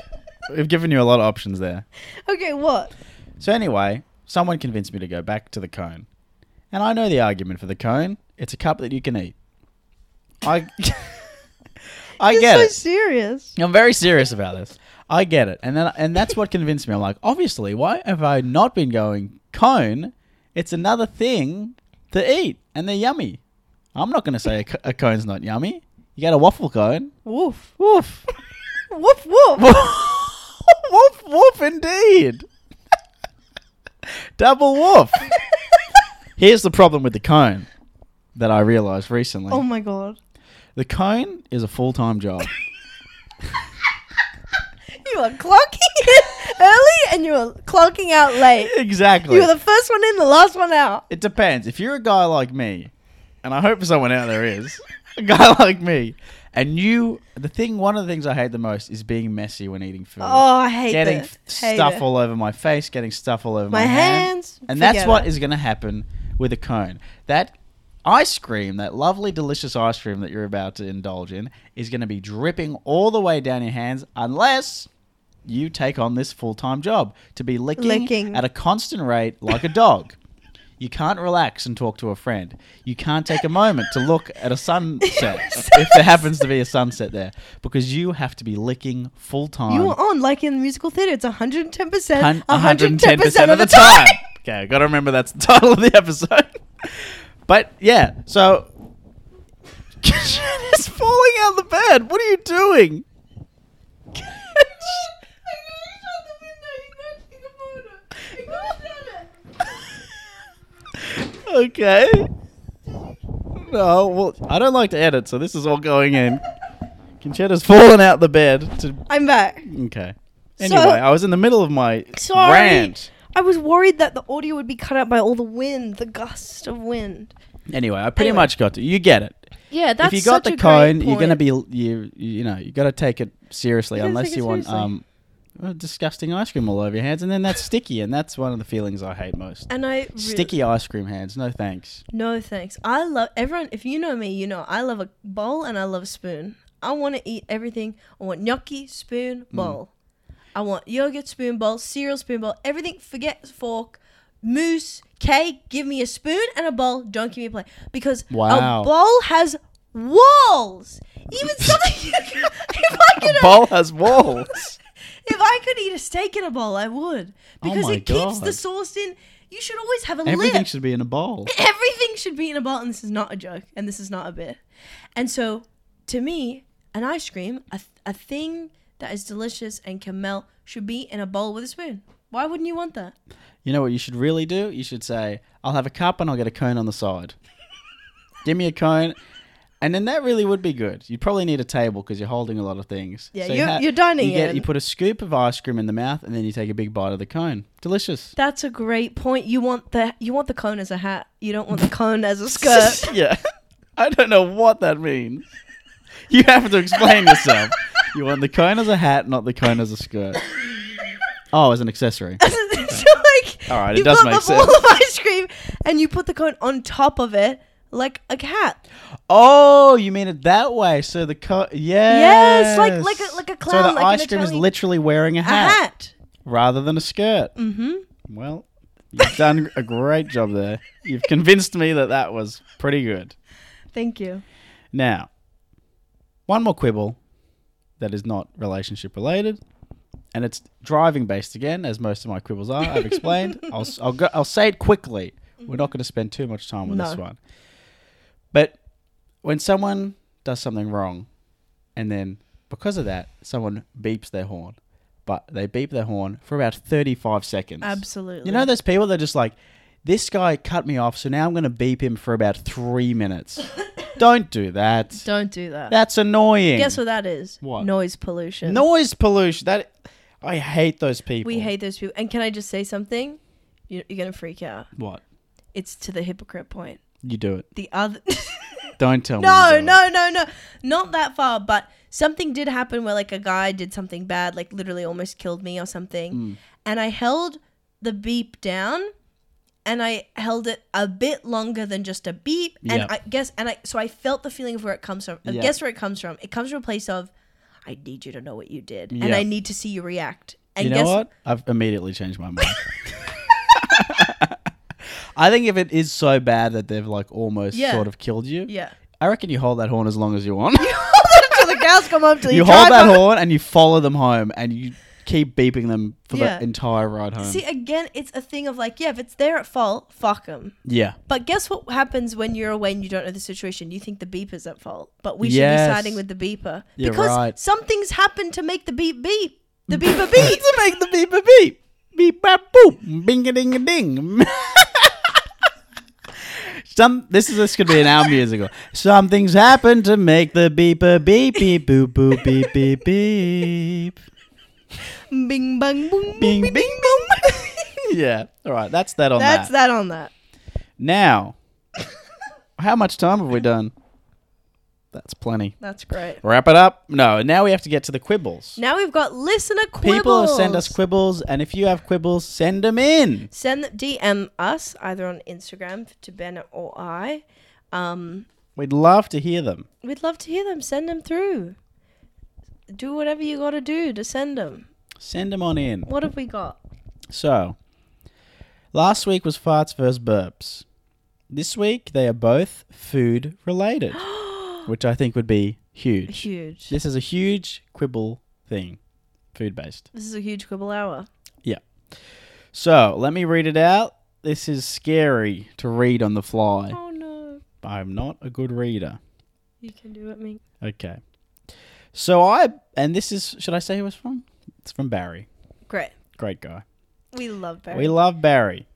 [SPEAKER 3] we've given you a lot of options there.
[SPEAKER 2] Okay, what?
[SPEAKER 3] So anyway, someone convinced me to go back to the cone. And I know the argument for the cone. It's a cup that you can eat. I [laughs] I
[SPEAKER 2] You're
[SPEAKER 3] get
[SPEAKER 2] so
[SPEAKER 3] it.
[SPEAKER 2] serious.
[SPEAKER 3] I'm very serious about this. I get it, and then and that's what convinced me. I'm like, obviously, why have I not been going cone? It's another thing to eat, and they're yummy. I'm not going to say a, co- a cone's not yummy. You get a waffle cone.
[SPEAKER 2] Woof.
[SPEAKER 3] Woof,
[SPEAKER 2] Woof, woof.
[SPEAKER 3] [laughs] woof, woof, indeed. Double woof. Here's the problem with the cone that I realized recently.
[SPEAKER 2] [laughs] oh my god.
[SPEAKER 3] the cone is a full time job.
[SPEAKER 2] You are clocking in early and you are clocking out late.
[SPEAKER 3] [laughs] exactly.
[SPEAKER 2] You were the first one in, the last one out.
[SPEAKER 3] It depends. If you're a guy like me, and I hope someone out there is, a guy [laughs] like me, and you, the thing, one of the things I hate the most is being messy when eating food.
[SPEAKER 2] Oh, I hate
[SPEAKER 3] getting
[SPEAKER 2] that.
[SPEAKER 3] f-
[SPEAKER 2] Hate
[SPEAKER 3] stuff
[SPEAKER 2] it.
[SPEAKER 3] all over my face, getting stuff all over my,
[SPEAKER 2] My
[SPEAKER 3] hand.
[SPEAKER 2] hands,
[SPEAKER 3] And that's
[SPEAKER 2] forget
[SPEAKER 3] what
[SPEAKER 2] it.
[SPEAKER 3] is going to happen with a cone. That ice cream, that lovely, delicious ice cream that you're about to indulge in, is going to be dripping all the way down your hands unless you take on this full time job to be licking,
[SPEAKER 2] Licking.
[SPEAKER 3] at a constant rate like a dog. You can't relax and talk to a friend. You can't take a moment to look at
[SPEAKER 2] [laughs]
[SPEAKER 3] a sunset if there happens to be a sunset there because you have to be licking full time.
[SPEAKER 2] You were on, like in the musical theater. It's 110%.
[SPEAKER 3] Hun-
[SPEAKER 2] 110%,
[SPEAKER 3] 110%
[SPEAKER 2] of the time.
[SPEAKER 3] [laughs] Okay, I gotta remember that's the title of the episode. But yeah, so she's falling out of the bed. What are you doing? okay. No, well, I don't like to edit, so this is all going in. Conchetta's fallen out the bed to.
[SPEAKER 2] [laughs] I'm back.
[SPEAKER 3] Okay.
[SPEAKER 2] So-
[SPEAKER 3] Anyway, I was in the middle of my
[SPEAKER 2] Sorry.
[SPEAKER 3] rant.
[SPEAKER 2] I was worried that the audio would be cut out by all the wind, the gust of wind.
[SPEAKER 3] Anyway, I pretty
[SPEAKER 2] Anyway.
[SPEAKER 3] much got to. You get it.
[SPEAKER 2] Yeah, that's
[SPEAKER 3] if you
[SPEAKER 2] such
[SPEAKER 3] got the
[SPEAKER 2] a great
[SPEAKER 3] cone, you're gonna
[SPEAKER 2] point.
[SPEAKER 3] be you you know you got to take it seriously
[SPEAKER 2] You gotta
[SPEAKER 3] unless
[SPEAKER 2] take it
[SPEAKER 3] you want
[SPEAKER 2] seriously.
[SPEAKER 3] um uh, disgusting ice cream all over your hands, and then that's sticky, and that's one of the feelings I hate most.
[SPEAKER 2] and I really-
[SPEAKER 3] Sticky ice cream hands, no thanks.
[SPEAKER 2] No thanks. I love everyone. If you know me, you know I love a bowl and I love a spoon. I want to eat everything. I want gnocchi, spoon,
[SPEAKER 3] Mm.
[SPEAKER 2] bowl. I want yogurt, spoon, bowl, cereal, spoon, bowl. Everything. Forget fork, mousse, cake. Give me a spoon and a bowl. Don't give me a plate because
[SPEAKER 3] Wow.
[SPEAKER 2] a bowl has walls.
[SPEAKER 3] [laughs]
[SPEAKER 2] Even something. you can- if I could, uh,
[SPEAKER 3] A bowl
[SPEAKER 2] [laughs]
[SPEAKER 3] has walls.
[SPEAKER 2] if I could eat a steak in a bowl, I would because
[SPEAKER 3] Oh my
[SPEAKER 2] it keeps the
[SPEAKER 3] God.
[SPEAKER 2] sauce in. You should always have a lid.
[SPEAKER 3] Everything should be in a bowl.
[SPEAKER 2] Everything should be in a bowl, and this is not a joke, and this is not a bit. And so, to me, an ice cream, a, a thing that is delicious and can melt, should be in a bowl with a spoon. Why wouldn't you want that?
[SPEAKER 3] You know what you should really do? You should say, "I'll have a cup and I'll get a cone on the side." Give me a cone, and then that really would be good. You probably need a table because you're holding a lot of things.
[SPEAKER 2] Yeah,
[SPEAKER 3] you
[SPEAKER 2] you're- you're dining
[SPEAKER 3] You, get,
[SPEAKER 2] in.
[SPEAKER 3] you put a scoop of ice cream in the mouth, and then you take a big bite of the cone. Delicious.
[SPEAKER 2] That's a great point. You want the you want the cone as a hat. You don't want the cone [laughs] as a skirt.
[SPEAKER 3] [laughs] yeah. I don't know what that means. You have to explain yourself. You want the cone as a hat, not the cone as a skirt. Oh, as an accessory.
[SPEAKER 2] so like,
[SPEAKER 3] [laughs] All right, it
[SPEAKER 2] you
[SPEAKER 3] does
[SPEAKER 2] put
[SPEAKER 3] make
[SPEAKER 2] the
[SPEAKER 3] sense.
[SPEAKER 2] bowl of ice cream and you put the cone on top of it like a cat.
[SPEAKER 3] Oh, you mean it that way? So the co- yes,
[SPEAKER 2] Yes, like- like a- like a
[SPEAKER 3] So
[SPEAKER 2] clown,
[SPEAKER 3] the
[SPEAKER 2] like an
[SPEAKER 3] ice cream is
[SPEAKER 2] Italian-
[SPEAKER 3] literally wearing a
[SPEAKER 2] A
[SPEAKER 3] hat,
[SPEAKER 2] hat.
[SPEAKER 3] rather than a skirt.
[SPEAKER 2] Mm-hmm.
[SPEAKER 3] Well, you've done a great job there. You've convinced me that that was pretty good.
[SPEAKER 2] Thank you.
[SPEAKER 3] Now, one more quibble that is not relationship related, and it's driving based again, as most of my quibbles are. I've explained. I'll s- I'll, go, I'll say it quickly. We're not going to spend too much time on this
[SPEAKER 2] No.
[SPEAKER 3] one. But when someone does something wrong, and then because of that, someone beeps their horn, but they beep their horn for about thirty-five seconds.
[SPEAKER 2] Absolutely.
[SPEAKER 3] You know those people that are just like, this guy cut me off, so now I'm going to beep him for about
[SPEAKER 2] [laughs]
[SPEAKER 3] three minutes. Don't do that.
[SPEAKER 2] Don't do that.
[SPEAKER 3] That's annoying.
[SPEAKER 2] Guess what that is?
[SPEAKER 3] What?
[SPEAKER 2] Noise pollution.
[SPEAKER 3] Noise pollution. That I hate those people.
[SPEAKER 2] We hate those people. And can I just say something? You- You're going to freak out.
[SPEAKER 3] what?
[SPEAKER 2] It's to the hypocrite point.
[SPEAKER 3] You do it.
[SPEAKER 2] The other. [laughs]
[SPEAKER 3] Don't tell me.
[SPEAKER 2] no,
[SPEAKER 3] you do
[SPEAKER 2] no, no, no. Not that far, but something did happen where like a guy did something bad, like literally almost killed me or something.
[SPEAKER 3] Mm.
[SPEAKER 2] And I held the beep down and I held it a bit longer than just a beep.
[SPEAKER 3] Yep.
[SPEAKER 2] And I guess, and I, so I felt the feeling of where it comes from. I
[SPEAKER 3] Yeah.
[SPEAKER 2] guess where it comes from? It comes from a place of, I need you to know what you did and
[SPEAKER 3] Yeah.
[SPEAKER 2] I need to see you react.
[SPEAKER 3] it.
[SPEAKER 2] And
[SPEAKER 3] You know
[SPEAKER 2] guess
[SPEAKER 3] what? I've immediately changed
[SPEAKER 2] [laughs]
[SPEAKER 3] my mind. [laughs] I think if it is so bad that they've like almost
[SPEAKER 2] Yeah.
[SPEAKER 3] sort of killed you,
[SPEAKER 2] Yeah.
[SPEAKER 3] I reckon you hold that horn as long as you
[SPEAKER 2] [laughs]
[SPEAKER 3] [laughs] want.
[SPEAKER 2] Till the cows come home till
[SPEAKER 3] you
[SPEAKER 2] you
[SPEAKER 3] hold
[SPEAKER 2] drive
[SPEAKER 3] that
[SPEAKER 2] home.
[SPEAKER 3] horn and you follow them home and you keep beeping them for
[SPEAKER 2] Yeah.
[SPEAKER 3] the entire ride home.
[SPEAKER 2] See, again, it's a thing of like, yeah, if it's their fault, fuck them.
[SPEAKER 3] yeah.
[SPEAKER 2] But guess what happens when you're away and you don't know the situation? You think the beeper's at fault, but we should
[SPEAKER 3] Yes.
[SPEAKER 2] be siding with the beeper
[SPEAKER 3] You're
[SPEAKER 2] because
[SPEAKER 3] right.
[SPEAKER 2] something's happened to make the beep beep. The beeper beep.
[SPEAKER 3] to make the [laughs] beep a beep. Beep bap boop. Bing a ding a ding. [laughs] Some this is this could be an hour musical. Something's happened to make the beep a beep beep boop boop beep beep beep.
[SPEAKER 2] Bing bang boom.
[SPEAKER 3] Bing bing boom. [laughs] yeah. All right. That's that on
[SPEAKER 2] That's
[SPEAKER 3] that.
[SPEAKER 2] that on that.
[SPEAKER 3] Now, how much time have we done? That's plenty.
[SPEAKER 2] That's great.
[SPEAKER 3] Wrap it up. No. Now we have to get to the quibbles.
[SPEAKER 2] Now we've got listener quibbles.
[SPEAKER 3] People send us quibbles, and if you have quibbles, send them in.
[SPEAKER 2] Send them, DM us either on Instagram to Bennett or I. Um,
[SPEAKER 3] We'd love to hear them.
[SPEAKER 2] we'd love to hear them. Send them through. Do whatever you got to do to send them.
[SPEAKER 3] Send them on in.
[SPEAKER 2] What have we got?
[SPEAKER 3] So, last week was farts versus burps. This week they are both food related, which I think would be huge.
[SPEAKER 2] Huge.
[SPEAKER 3] This is a huge quibble thing, food based.
[SPEAKER 2] This is a huge quibble hour.
[SPEAKER 3] So, let me read it out. This is scary to read on the fly.
[SPEAKER 2] Oh no.
[SPEAKER 3] I'm not a good reader.
[SPEAKER 2] You can do it, Ming.
[SPEAKER 3] Okay. So, I, and this is, should I say who it's from? It's from Barry.
[SPEAKER 2] Great.
[SPEAKER 3] Great guy.
[SPEAKER 2] We love Barry.
[SPEAKER 3] We love Barry.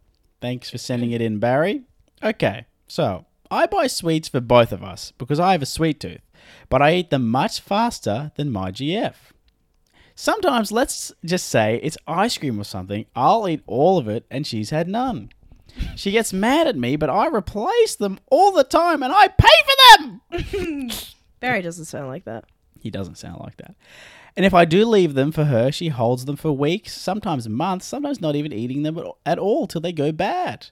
[SPEAKER 3] Thanks for sending it in, Barry. Okay, so I buy sweets for both of us because I have a sweet tooth, but I eat them much faster than my GF. Sometimes, let's just say it's ice cream or something, I'll eat all of it and she's had none. She gets mad at me, but I replace them all the time and I pay for them!
[SPEAKER 2] Barry doesn't sound like that.
[SPEAKER 3] He doesn't sound like that. And if I do leave them for her, she holds them for weeks, sometimes months, sometimes not even eating them at- at all till they go bad.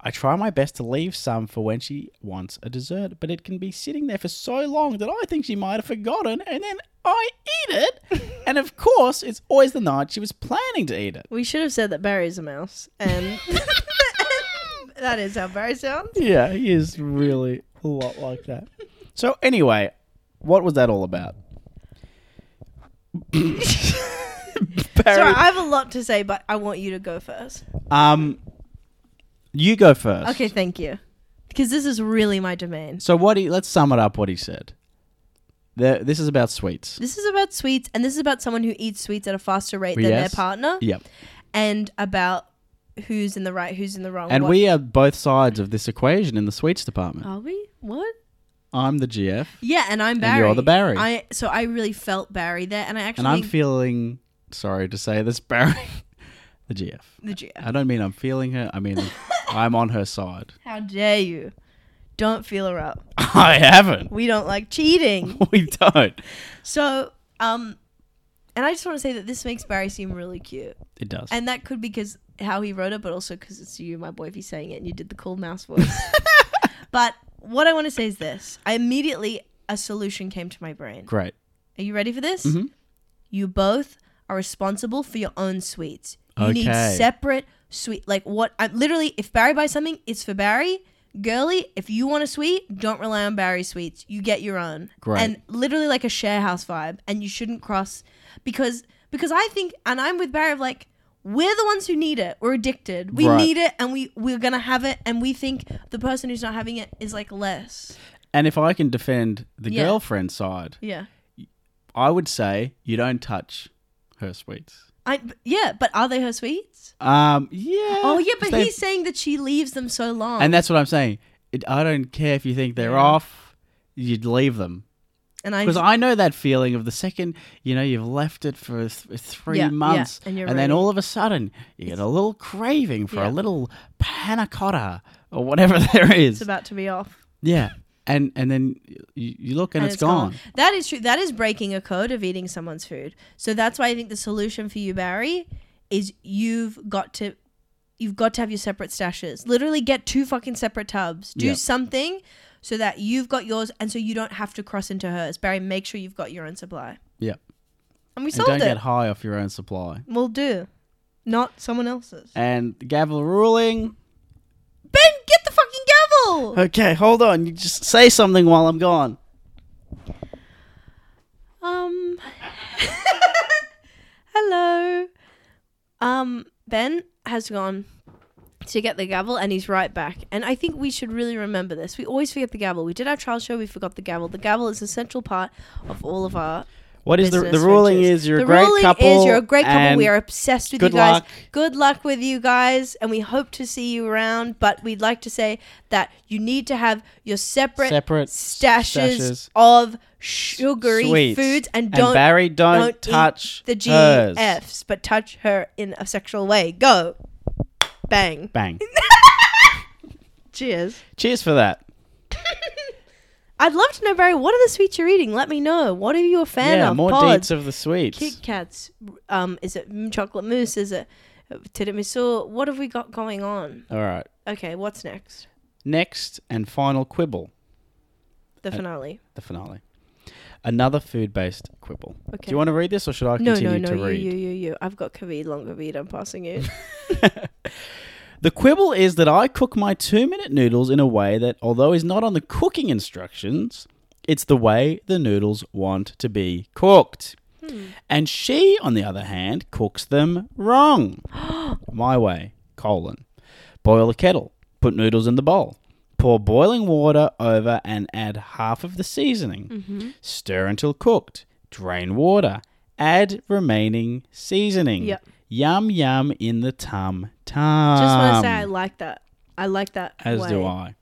[SPEAKER 3] I try my best to leave some for when she wants a dessert, but it can be sitting there for so long that I think she might have forgotten, and then I eat [laughs] it. and of course, it's always the night she was planning to eat it.
[SPEAKER 2] We should have said that Barry's a mouse,
[SPEAKER 3] [laughs]
[SPEAKER 2] and [laughs] that is how Barry sounds.
[SPEAKER 3] Yeah, he is really a lot like that. [laughs] So, anyway, what was that all [laughs] about? Barry-
[SPEAKER 2] Sorry, I have a lot to say, but I want you to go first.
[SPEAKER 3] Um, you go first.
[SPEAKER 2] Okay, thank you, because this is really my domain.
[SPEAKER 3] So what he? Let's sum it up. What he said. The, this is about sweets.
[SPEAKER 2] This is about sweets, and this is about someone who eats sweets at a faster rate than
[SPEAKER 3] Yes.
[SPEAKER 2] their partner,
[SPEAKER 3] Yep.
[SPEAKER 2] and about who's in the right, who's in the wrong.
[SPEAKER 3] And
[SPEAKER 2] what- Oh.
[SPEAKER 3] we are both sides of this equation in the sweets department.
[SPEAKER 2] are we what?
[SPEAKER 3] I'm the GF,
[SPEAKER 2] Yeah, and I'm
[SPEAKER 3] And
[SPEAKER 2] Barry.
[SPEAKER 3] you're the Barry.
[SPEAKER 2] I so I really felt Barry there, and I actually
[SPEAKER 3] and I'm feeling sorry to say this, [laughs] Barry, the GF.
[SPEAKER 2] the GF.
[SPEAKER 3] I don't mean I'm feeling her. I mean
[SPEAKER 2] [laughs]
[SPEAKER 3] I'm on her side. [laughs]
[SPEAKER 2] How dare you? Don't feel her up.
[SPEAKER 3] I haven't.
[SPEAKER 2] We don't like
[SPEAKER 3] [laughs]
[SPEAKER 2] cheating.
[SPEAKER 3] We don't.
[SPEAKER 2] So, um, and I just want to say that this makes Barry seem really cute,
[SPEAKER 3] It does.
[SPEAKER 2] and that could be because how he wrote it, but also because it's you, my boy, if he's saying it, and you did the cool mouse
[SPEAKER 3] [laughs]
[SPEAKER 2] voice. but what I want to say is this: I immediately a solution came to my brain.
[SPEAKER 3] Great.
[SPEAKER 2] Are you ready for this?
[SPEAKER 3] Mhm.
[SPEAKER 2] You both are responsible for your own sweets. You need
[SPEAKER 3] Okay.
[SPEAKER 2] separate sweet. Like what? I'm literally, if Barry buys something, it's for Barry. Girly, if you want a sweet, don't rely on Barry's sweets. You get your own.
[SPEAKER 3] Great.
[SPEAKER 2] And literally like a share house vibe. And you shouldn't cross because because I think and I'm with Barry of like we're the ones who need it. We're addicted. We
[SPEAKER 3] Right.
[SPEAKER 2] need it and we we're gonna have it and we think the person who's not having it is like less.
[SPEAKER 3] And if I can defend the
[SPEAKER 2] Yeah.
[SPEAKER 3] girlfriend side,
[SPEAKER 2] Yeah.
[SPEAKER 3] I would say you don't touch her sweets.
[SPEAKER 2] I yeah, but are they her sweets?
[SPEAKER 3] Um, yeah.
[SPEAKER 2] Oh yeah, but
[SPEAKER 3] 'cause they-
[SPEAKER 2] he's saying that she leaves them so long,
[SPEAKER 3] and
[SPEAKER 2] and,
[SPEAKER 3] that's what I'm saying. It, I don't care if you think they're
[SPEAKER 2] Yeah.
[SPEAKER 3] off. You'd leave them
[SPEAKER 2] I
[SPEAKER 3] because I know that feeling of the second you know you've left it for th- three
[SPEAKER 2] Yeah, yeah,
[SPEAKER 3] months,
[SPEAKER 2] and you're
[SPEAKER 3] then
[SPEAKER 2] ready.
[SPEAKER 3] all of a sudden you get a little craving for
[SPEAKER 2] Yeah.
[SPEAKER 3] a little panna cotta or whatever [laughs] there
[SPEAKER 2] It's
[SPEAKER 3] is.
[SPEAKER 2] about to be off.
[SPEAKER 3] Yeah, and and then you, you look and, it's gone.
[SPEAKER 2] That is true. That is breaking a code of eating someone's food. So that's why I think the solution for you, Barry, is you've got to you've got to have your separate stashes. Literally get two fucking separate tubs. Do
[SPEAKER 3] Yep.
[SPEAKER 2] something so that you've got yours and so you don't have to cross into hers. Barry, make sure you've got your own supply.
[SPEAKER 3] Yep.
[SPEAKER 2] And we
[SPEAKER 3] And don't
[SPEAKER 2] solved
[SPEAKER 3] get
[SPEAKER 2] it.
[SPEAKER 3] high off your own supply.
[SPEAKER 2] We'll do. Not someone else's.
[SPEAKER 3] And the gavel ruling.
[SPEAKER 2] Ben, get the fucking gavel!
[SPEAKER 3] Okay, hold on. You just say something while I'm gone.
[SPEAKER 2] Um. [laughs] Hello. Um, Ben has gone to get the gavel and he's right back. And I think we should really remember this. We always forget the gavel. We did our trial show, we forgot the gavel. The gavel is a central part of all of our
[SPEAKER 3] What is the the
[SPEAKER 2] business
[SPEAKER 3] ruling?
[SPEAKER 2] ventures.
[SPEAKER 3] Is you're
[SPEAKER 2] the
[SPEAKER 3] a great
[SPEAKER 2] ruling
[SPEAKER 3] couple.
[SPEAKER 2] is you're a great couple.
[SPEAKER 3] and
[SPEAKER 2] We are obsessed with
[SPEAKER 3] good
[SPEAKER 2] you guys.
[SPEAKER 3] luck.
[SPEAKER 2] Good luck with you guys, and we hope to see you around. But we'd like to say that you need to have your separate,
[SPEAKER 3] separate
[SPEAKER 2] stashes,
[SPEAKER 3] stashes.
[SPEAKER 2] of sugary
[SPEAKER 3] Sweets.
[SPEAKER 2] foods, and
[SPEAKER 3] And
[SPEAKER 2] don't
[SPEAKER 3] Barry, don't,
[SPEAKER 2] don't eat
[SPEAKER 3] touch
[SPEAKER 2] the
[SPEAKER 3] hers.
[SPEAKER 2] GFs, but touch her in a sexual way. Go, bang.
[SPEAKER 3] Bang. [laughs]
[SPEAKER 2] Cheers.
[SPEAKER 3] Cheers for that.
[SPEAKER 2] I'd love to know, Barry. What are the sweets you're eating? Let me know. What are you a fan
[SPEAKER 3] yeah,
[SPEAKER 2] of?
[SPEAKER 3] more
[SPEAKER 2] Pods.
[SPEAKER 3] deeds of the sweets.
[SPEAKER 2] Kit Kats. Um, is it mm, chocolate mousse? Is it uh, tiramisu? What have we got going on?
[SPEAKER 3] All right.
[SPEAKER 2] Okay, what's next?
[SPEAKER 3] Next and final quibble,
[SPEAKER 2] The
[SPEAKER 3] Uh,
[SPEAKER 2] finale.
[SPEAKER 3] the finale. Another food-based quibble.
[SPEAKER 2] Okay.
[SPEAKER 3] Do you want to read this, or should I
[SPEAKER 2] no, no,
[SPEAKER 3] continue
[SPEAKER 2] no.
[SPEAKER 3] to
[SPEAKER 2] You,
[SPEAKER 3] read?
[SPEAKER 2] you, you, you. I've got Kavid longer Kavid. I'm passing
[SPEAKER 3] [laughs]
[SPEAKER 2] you.
[SPEAKER 3] The quibble is that I cook my two minute noodles in a way that, although is not on the cooking instructions, it's the way the noodles want to be cooked. And she, on the other hand, cooks them wrong. my way, colon. Boil a kettle, put noodles in the bowl. Pour boiling water over and add half of the seasoning. Stir until cooked. Drain water. Add remaining seasoning.
[SPEAKER 2] Yep.
[SPEAKER 3] Yum yum in the tum tum.
[SPEAKER 2] Just want to say I like that. I like that.
[SPEAKER 3] Um, As
[SPEAKER 2] way.
[SPEAKER 3] do I.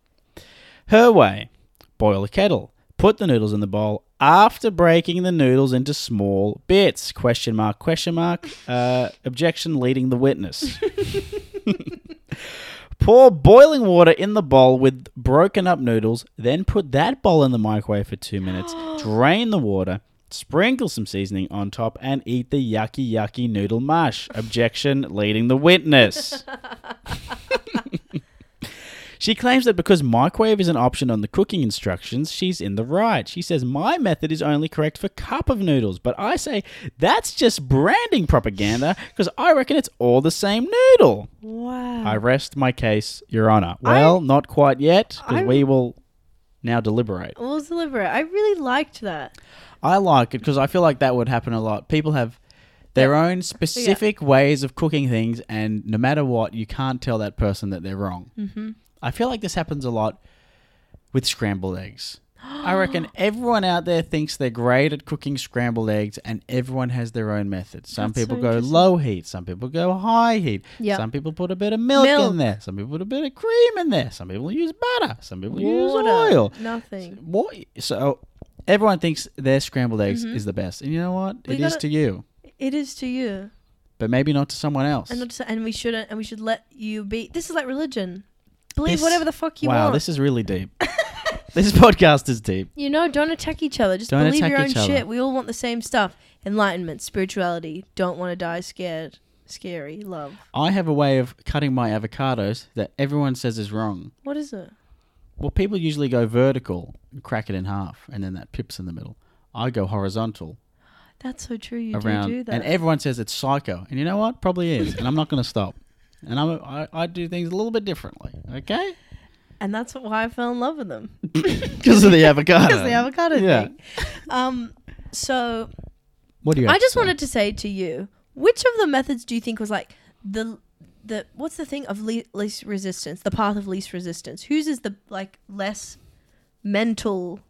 [SPEAKER 3] Her way. Boil a kettle. Put the noodles in the bowl after breaking the noodles into small bits. Question mark, question mark. Uh, objection leading the witness. [laughs] Pour boiling water in the bowl with broken up noodles, then put that bowl in the microwave for
[SPEAKER 2] [gasps]
[SPEAKER 3] two minutes. drain the water, sprinkle some seasoning on top, and eat the yucky, yucky noodle mush. Objection leading the witness. She claims that because microwave is an option on the cooking instructions, she's in the right. She says, My method is only correct for cup of noodles, but I say that's just branding propaganda because I reckon it's all the same noodle.
[SPEAKER 2] Wow.
[SPEAKER 3] I rest my case, Your Honor. Well, not quite yet,
[SPEAKER 2] Mm. I-
[SPEAKER 3] because we will now deliberate.
[SPEAKER 2] We'll deliver it. I really liked that.
[SPEAKER 3] I like it because I feel like that would happen a lot. People have their own specific ways of cooking things, and no matter what, you can't tell that person that they're wrong. Mm-hmm. I feel like this happens a lot with
[SPEAKER 2] [gasps]
[SPEAKER 3] scrambled eggs. I reckon everyone out there thinks they're great at cooking scrambled eggs, and everyone has their own method. Some
[SPEAKER 2] That's so
[SPEAKER 3] people go
[SPEAKER 2] interesting.
[SPEAKER 3] low heat, some people go high heat,
[SPEAKER 2] Yeah.
[SPEAKER 3] some people put a bit of milk,
[SPEAKER 2] Milk.
[SPEAKER 3] in there, some people put a bit of cream in there, some people use butter, some people use
[SPEAKER 2] Water.
[SPEAKER 3] oil.
[SPEAKER 2] Nothing.
[SPEAKER 3] What? So everyone thinks their scrambled eggs is the best, and you know what?
[SPEAKER 2] Mm-hmm. We
[SPEAKER 3] it is
[SPEAKER 2] gotta-
[SPEAKER 3] to you,
[SPEAKER 2] It is to you.
[SPEAKER 3] but maybe not to someone else.
[SPEAKER 2] And not to, and we shouldn't and we should let you be. This is like religion. Believe
[SPEAKER 3] This-
[SPEAKER 2] whatever the fuck you
[SPEAKER 3] wow,
[SPEAKER 2] want.
[SPEAKER 3] this is
[SPEAKER 2] [laughs]
[SPEAKER 3] really deep. this podcast is deep.
[SPEAKER 2] You know, don't attack each other. Just
[SPEAKER 3] Don't
[SPEAKER 2] believe
[SPEAKER 3] attack
[SPEAKER 2] your own
[SPEAKER 3] each other.
[SPEAKER 2] shit. We all want the same stuff: enlightenment, spirituality. Don't want to die scared, scary love.
[SPEAKER 3] I have a way of cutting my avocados that everyone says is wrong.
[SPEAKER 2] What is it?
[SPEAKER 3] Well, people usually go vertical and crack it in half, and then that pips in the middle. I go horizontal
[SPEAKER 2] That's so true. You
[SPEAKER 3] around,
[SPEAKER 2] do do that.
[SPEAKER 3] and everyone says it's psycho. And you know what? Probably is, and I'm not going to stop. And I'm, I, I do things a little bit differently, okay?
[SPEAKER 2] and that's why I fell in love with
[SPEAKER 3] [laughs]
[SPEAKER 2] them [laughs]
[SPEAKER 3] Because of the avocado.
[SPEAKER 2] because the avocado
[SPEAKER 3] Yeah.
[SPEAKER 2] thing. Um, so
[SPEAKER 3] What do you?
[SPEAKER 2] I
[SPEAKER 3] have
[SPEAKER 2] just
[SPEAKER 3] to say?
[SPEAKER 2] wanted to say to you, which of the methods do you think was like the the what's the thing of le- least resistance? The path of least resistance. Whose is the like less mental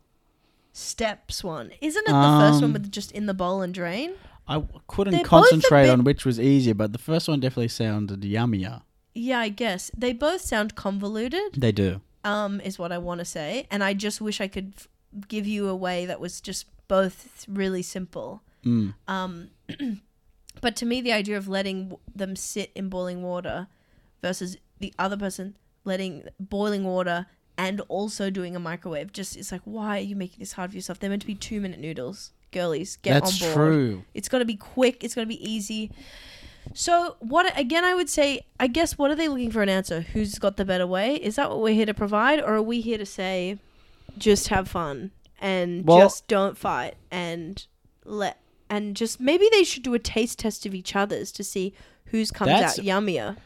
[SPEAKER 2] steps one? Isn't it the first one
[SPEAKER 3] Um,
[SPEAKER 2] with just in the bowl and drain?
[SPEAKER 3] I w- couldn't
[SPEAKER 2] They're both a
[SPEAKER 3] concentrate
[SPEAKER 2] bit-
[SPEAKER 3] on which was easier, but the first one definitely sounded yummier.
[SPEAKER 2] Yeah, I guess they both sound convoluted.
[SPEAKER 3] They do.
[SPEAKER 2] Um, is what I want to say, and I just wish I could f- give you a way that was just both really simple.
[SPEAKER 3] Mm.
[SPEAKER 2] Um, [clears throat] but to me, the idea of letting w- them sit in boiling water versus the other person letting boiling water and also doing a microwave. Just it's like, why are you making this hard for yourself? They're meant to be two minute noodles, girlies. Get
[SPEAKER 3] That's
[SPEAKER 2] on board.
[SPEAKER 3] true.
[SPEAKER 2] It's got to be quick. It's got to be easy. So what again? I would say, I guess, what are they looking for an answer? Who's got the better way? Is that what we're here to provide, or are we here to say, just have fun and
[SPEAKER 3] Well-
[SPEAKER 2] just don't fight and let and just maybe they should do a taste test of each other's to see whose comes
[SPEAKER 3] That's-
[SPEAKER 2] out yummier.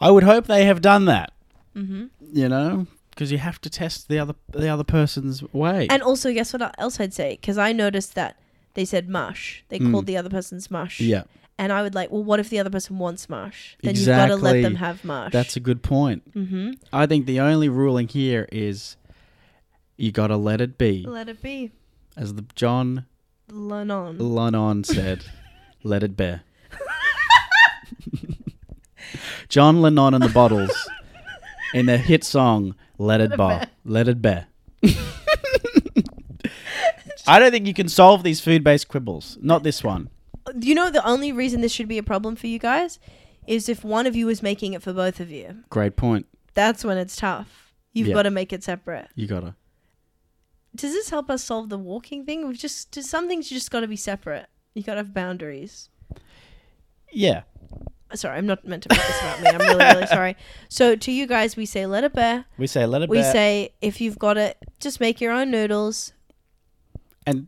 [SPEAKER 3] I would hope they have done that. Mm-hmm. You know, because you have to test the other the other person's way.
[SPEAKER 2] And also, guess what else I'd say? Because I noticed that they said mush. They called the other person's mush.
[SPEAKER 3] Hmm. yeah,
[SPEAKER 2] And I would like, well, what if the other person wants mush? Then you've got to let
[SPEAKER 3] Exactly.
[SPEAKER 2] them have mush.
[SPEAKER 3] that's a good point.
[SPEAKER 2] mm-hmm.
[SPEAKER 3] I think the only ruling here is you got to let it be,
[SPEAKER 2] Let it be.
[SPEAKER 3] as the John
[SPEAKER 2] Lennon.
[SPEAKER 3] Lennon said, "Let it be." John Lennon and the Bottles in their hit song "Let It Be." Let It
[SPEAKER 2] [laughs]
[SPEAKER 3] Be. I don't think you can solve these food-based quibbles. Not this one.
[SPEAKER 2] You know, the only reason this should be a problem for you guys is if one of you is making it for both of you.
[SPEAKER 3] Great point.
[SPEAKER 2] That's when it's tough. You've
[SPEAKER 3] Yeah.
[SPEAKER 2] got to make it separate.
[SPEAKER 3] You gotta.
[SPEAKER 2] Does this help us solve the walking thing? We've just, just some things you just got to be separate. You got to have boundaries.
[SPEAKER 3] Yeah.
[SPEAKER 2] Sorry, I'm not meant to make this about me. I'm really, really
[SPEAKER 3] [laughs]
[SPEAKER 2] sorry. So to you guys, we say let it bear.
[SPEAKER 3] We say let it
[SPEAKER 2] we
[SPEAKER 3] be.
[SPEAKER 2] say if you've got it, just make your own noodles.
[SPEAKER 3] and,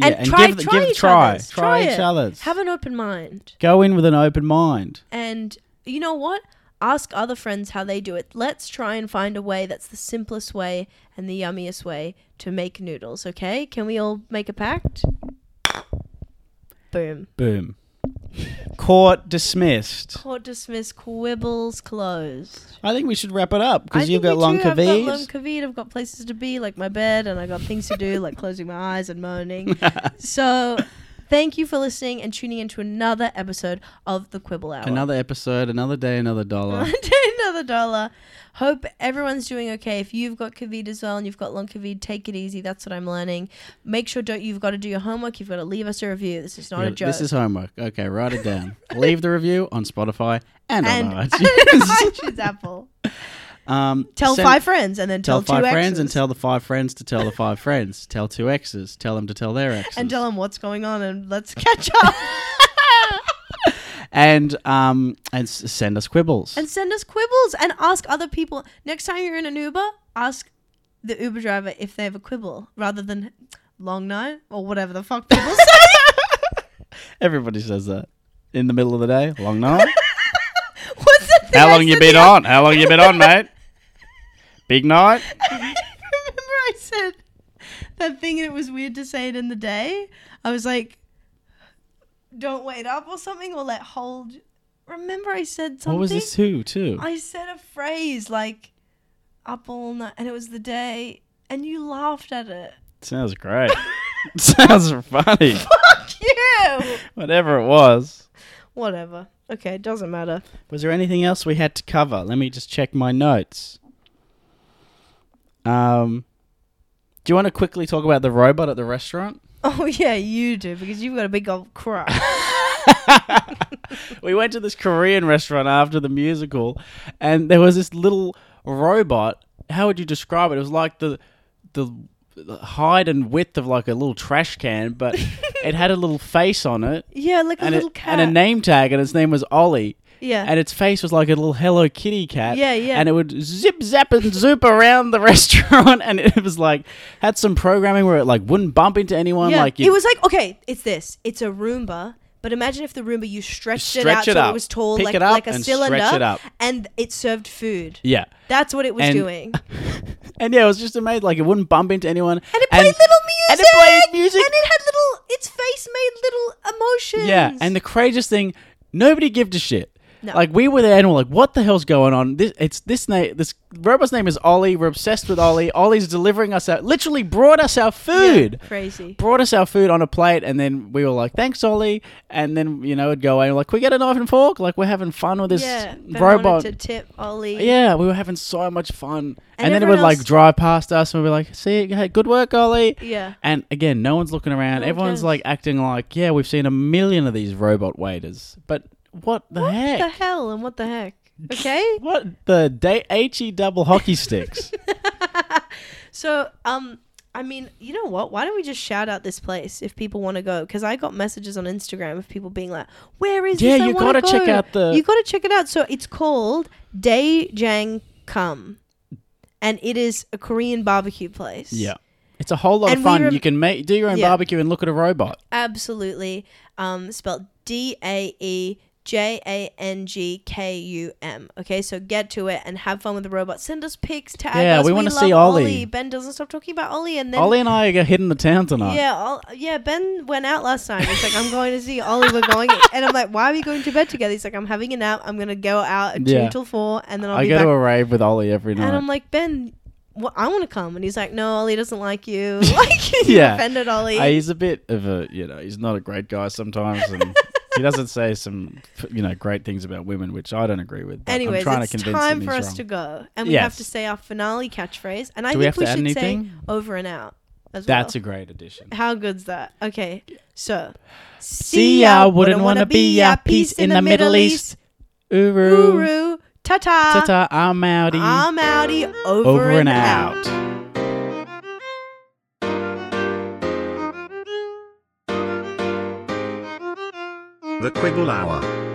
[SPEAKER 2] and try-
[SPEAKER 3] the-
[SPEAKER 2] try
[SPEAKER 3] the
[SPEAKER 2] each other's.
[SPEAKER 3] Try
[SPEAKER 2] Try
[SPEAKER 3] each
[SPEAKER 2] it.
[SPEAKER 3] other's.
[SPEAKER 2] Have an open mind,
[SPEAKER 3] Go in with an open mind.
[SPEAKER 2] and you know what? Ask other friends how they do it. Let's try and find a way that's the simplest way and the yummiest way to make noodles. Okay? Can we all make a pact? Boom.
[SPEAKER 3] Boom. Court dismissed.
[SPEAKER 2] Court dismissed. Quibbles closed.
[SPEAKER 3] I think we should wrap it up
[SPEAKER 2] I
[SPEAKER 3] because you've
[SPEAKER 2] think
[SPEAKER 3] got
[SPEAKER 2] we
[SPEAKER 3] long
[SPEAKER 2] do have got long
[SPEAKER 3] cavities.
[SPEAKER 2] COVID. I've got places to be, like my bed, and I got things to
[SPEAKER 3] [laughs]
[SPEAKER 2] do, like closing my eyes and moaning. so, thank you for listening and tuning in to another episode of the Quibble Hour.
[SPEAKER 3] Another episode, another day,
[SPEAKER 2] [laughs]
[SPEAKER 3] another dollar.
[SPEAKER 2] another dollar. Hope everyone's doing okay. If you've got COVID as well and you've got long COVID, take it easy. That's what I'm learning. Make sure don't you've got to do your homework. You've got to leave us a review. This is not a
[SPEAKER 3] Yeah,
[SPEAKER 2] joke.
[SPEAKER 3] This is [laughs] homework. Okay, write it down. Leave the review on Spotify and,
[SPEAKER 2] and [laughs]
[SPEAKER 3] on iTunes.
[SPEAKER 2] choose Apple.
[SPEAKER 3] um,
[SPEAKER 2] Tell
[SPEAKER 3] send-
[SPEAKER 2] five friends and then tell,
[SPEAKER 3] Tell five
[SPEAKER 2] two
[SPEAKER 3] friends and
[SPEAKER 2] exes.
[SPEAKER 3] tell the five friends to tell the five friends. Tell two exes. Tell them to tell their exes.
[SPEAKER 2] and tell them what's going on and let's catch
[SPEAKER 3] [laughs]
[SPEAKER 2] up.
[SPEAKER 3] and um and s- send us quibbles.
[SPEAKER 2] and send us quibbles and ask other people. Next time you're in an Uber, ask the Uber driver if they have a quibble rather than long night or whatever the fuck
[SPEAKER 3] [laughs]
[SPEAKER 2] people say. [laughs]
[SPEAKER 3] Everybody says that in the middle of the day. Long
[SPEAKER 2] [laughs]
[SPEAKER 3] night.
[SPEAKER 2] What's the thing
[SPEAKER 3] How
[SPEAKER 2] I
[SPEAKER 3] long you
[SPEAKER 2] said
[SPEAKER 3] been
[SPEAKER 2] the
[SPEAKER 3] on? How long you been
[SPEAKER 2] [laughs]
[SPEAKER 3] on, mate? Big night.
[SPEAKER 2] other- Remember I said that thing and it was weird to say it in the day? I was like, don't wait up or something or let hold. Remember I said something?
[SPEAKER 3] What was this? Who too?
[SPEAKER 2] I said a phrase like up all night and it was the day and you laughed at it. [laughs]
[SPEAKER 3] Sounds great. [laughs] Sounds funny.
[SPEAKER 2] Fuck you!
[SPEAKER 3] Whatever it was.
[SPEAKER 2] Whatever. Okay, it doesn't matter.
[SPEAKER 3] Was there anything else we had to cover? Let me just check my notes. Um, do you want to quickly talk about the robot at the restaurant? [laughs]
[SPEAKER 2] Oh yeah, you do because you've got a big old crush.
[SPEAKER 3] we went to this Korean restaurant after the musical, and there was this little robot. How would you describe it? It was like the the the height and width of like a little trash
[SPEAKER 2] [laughs]
[SPEAKER 3] can, but it had a little face on it
[SPEAKER 2] [laughs] yeah, like a
[SPEAKER 3] and,
[SPEAKER 2] little
[SPEAKER 3] it,
[SPEAKER 2] cat.
[SPEAKER 3] and a name tag, and its name was Ollie.
[SPEAKER 2] yeah.
[SPEAKER 3] And its face was like a little Hello Kitty cat.
[SPEAKER 2] Yeah, yeah.
[SPEAKER 3] And it would zip, zap, and zoop around the [laughs] restaurant. And it was like, had some programming where it like wouldn't bump into anyone.
[SPEAKER 2] Yeah.
[SPEAKER 3] Like,
[SPEAKER 2] it was like okay, it's this. It's a Roomba, but imagine if the Roomba you stretched it
[SPEAKER 3] stretch
[SPEAKER 2] out
[SPEAKER 3] it
[SPEAKER 2] so
[SPEAKER 3] up,
[SPEAKER 2] it was tall,
[SPEAKER 3] pick
[SPEAKER 2] like
[SPEAKER 3] it up
[SPEAKER 2] like a
[SPEAKER 3] and stretch
[SPEAKER 2] cylinder,
[SPEAKER 3] it up.
[SPEAKER 2] and it served food.
[SPEAKER 3] yeah.
[SPEAKER 2] That's what it was
[SPEAKER 3] And- [laughs]
[SPEAKER 2] doing.
[SPEAKER 3] And yeah, it was just amazing. Like it wouldn't bump into anyone.
[SPEAKER 2] And it played little music.
[SPEAKER 3] And it played music.
[SPEAKER 2] And it had little. Its face made little emotions.
[SPEAKER 3] yeah. And the craziest thing, nobody gived a shit.
[SPEAKER 2] No.
[SPEAKER 3] Like we were there and we're like, what the hell's going on? This it's this name this robot's name is Ollie. We're obsessed with Ollie. Ollie's delivering us our literally brought us our
[SPEAKER 2] Yeah,
[SPEAKER 3] food.
[SPEAKER 2] crazy.
[SPEAKER 3] Brought us our food on a plate, and then we were like, "Thanks, Ollie." And then you know, it'd go away. We're like, "Can we get a knife and fork. Like we're having fun with this
[SPEAKER 2] yeah. Ben
[SPEAKER 3] robot."
[SPEAKER 2] wanted to tip Ollie.
[SPEAKER 3] Yeah, we were having so much fun. And,
[SPEAKER 2] And
[SPEAKER 3] then it would
[SPEAKER 2] everyone
[SPEAKER 3] like
[SPEAKER 2] else-
[SPEAKER 3] drive past us and we'd be like, see, hey, good work, Ollie.
[SPEAKER 2] Yeah.
[SPEAKER 3] And again, no one's looking around.
[SPEAKER 2] No one
[SPEAKER 3] Everyone's
[SPEAKER 2] cares.
[SPEAKER 3] like acting like, yeah, we've seen a million of these robot waiters. But what the
[SPEAKER 2] What
[SPEAKER 3] heck?
[SPEAKER 2] the hell and what the heck? Okay?
[SPEAKER 3] What the day he double
[SPEAKER 2] [laughs]
[SPEAKER 3] hockey sticks?
[SPEAKER 2] So, um, I mean, you know what? Why don't we just shout out this place if people want to go? Because I got messages on Instagram of people being like, "Where is
[SPEAKER 3] Yeah,
[SPEAKER 2] this? I
[SPEAKER 3] you
[SPEAKER 2] wanna
[SPEAKER 3] gotta check
[SPEAKER 2] go."
[SPEAKER 3] out the-
[SPEAKER 2] You gotta check it out. So it's called Day Jang Kum, and it is a Korean barbecue place.
[SPEAKER 3] yeah. It's a whole lot
[SPEAKER 2] And we
[SPEAKER 3] of fun.
[SPEAKER 2] rem-
[SPEAKER 3] you can make do your own
[SPEAKER 2] Yeah.
[SPEAKER 3] barbecue and look at a robot.
[SPEAKER 2] absolutely. Um, spelled D A E J A N G K U M. Okay, so get to it and have fun with the robot. Send us pics, tag
[SPEAKER 3] Yeah,
[SPEAKER 2] us.
[SPEAKER 3] we wanna
[SPEAKER 2] love
[SPEAKER 3] see Ollie.
[SPEAKER 2] Ben doesn't stop talking about Ollie, and then
[SPEAKER 3] Ollie and I are hitting the town tonight.
[SPEAKER 2] Yeah, Ol- yeah. Ben went out last time. He's like, I'm going to see Ollie. We're going, and I'm like, why are we going to bed together? He's like, I'm having a nap. I'm gonna go out at
[SPEAKER 3] Yeah.
[SPEAKER 2] two till four, and then I'll
[SPEAKER 3] I
[SPEAKER 2] be
[SPEAKER 3] go
[SPEAKER 2] back.
[SPEAKER 3] to a rave with Ollie every night.
[SPEAKER 2] and I'm like, Ben, wha- I want to come, and he's like, No, Ollie doesn't like you. [laughs] Like, you
[SPEAKER 3] Yeah.
[SPEAKER 2] offended Ollie.
[SPEAKER 3] Uh, he's a bit of a, you know, he's not a great guy sometimes, and he doesn't say some, you know, great things about women, which I don't agree with. But I'm
[SPEAKER 2] Anyways,
[SPEAKER 3] trying
[SPEAKER 2] it's
[SPEAKER 3] to convince
[SPEAKER 2] time
[SPEAKER 3] him
[SPEAKER 2] for
[SPEAKER 3] he's
[SPEAKER 2] us
[SPEAKER 3] wrong.
[SPEAKER 2] to go, and we have
[SPEAKER 3] Yes.
[SPEAKER 2] to say our finale catchphrase. And I
[SPEAKER 3] Do we
[SPEAKER 2] think
[SPEAKER 3] have to add
[SPEAKER 2] should say
[SPEAKER 3] anything?
[SPEAKER 2] over and out as
[SPEAKER 3] That's
[SPEAKER 2] well.
[SPEAKER 3] a great addition.
[SPEAKER 2] How good's that? Okay, so see
[SPEAKER 3] See ya, wouldn't want to be ya.
[SPEAKER 2] at
[SPEAKER 3] Peace in the Middle East. Uru.
[SPEAKER 2] Uru, ta ta.
[SPEAKER 3] Ta-ta, I'm outie.
[SPEAKER 2] I'm outie over,
[SPEAKER 3] Over
[SPEAKER 2] and
[SPEAKER 3] and
[SPEAKER 2] out.
[SPEAKER 3] out.
[SPEAKER 1] The Quibble Hour.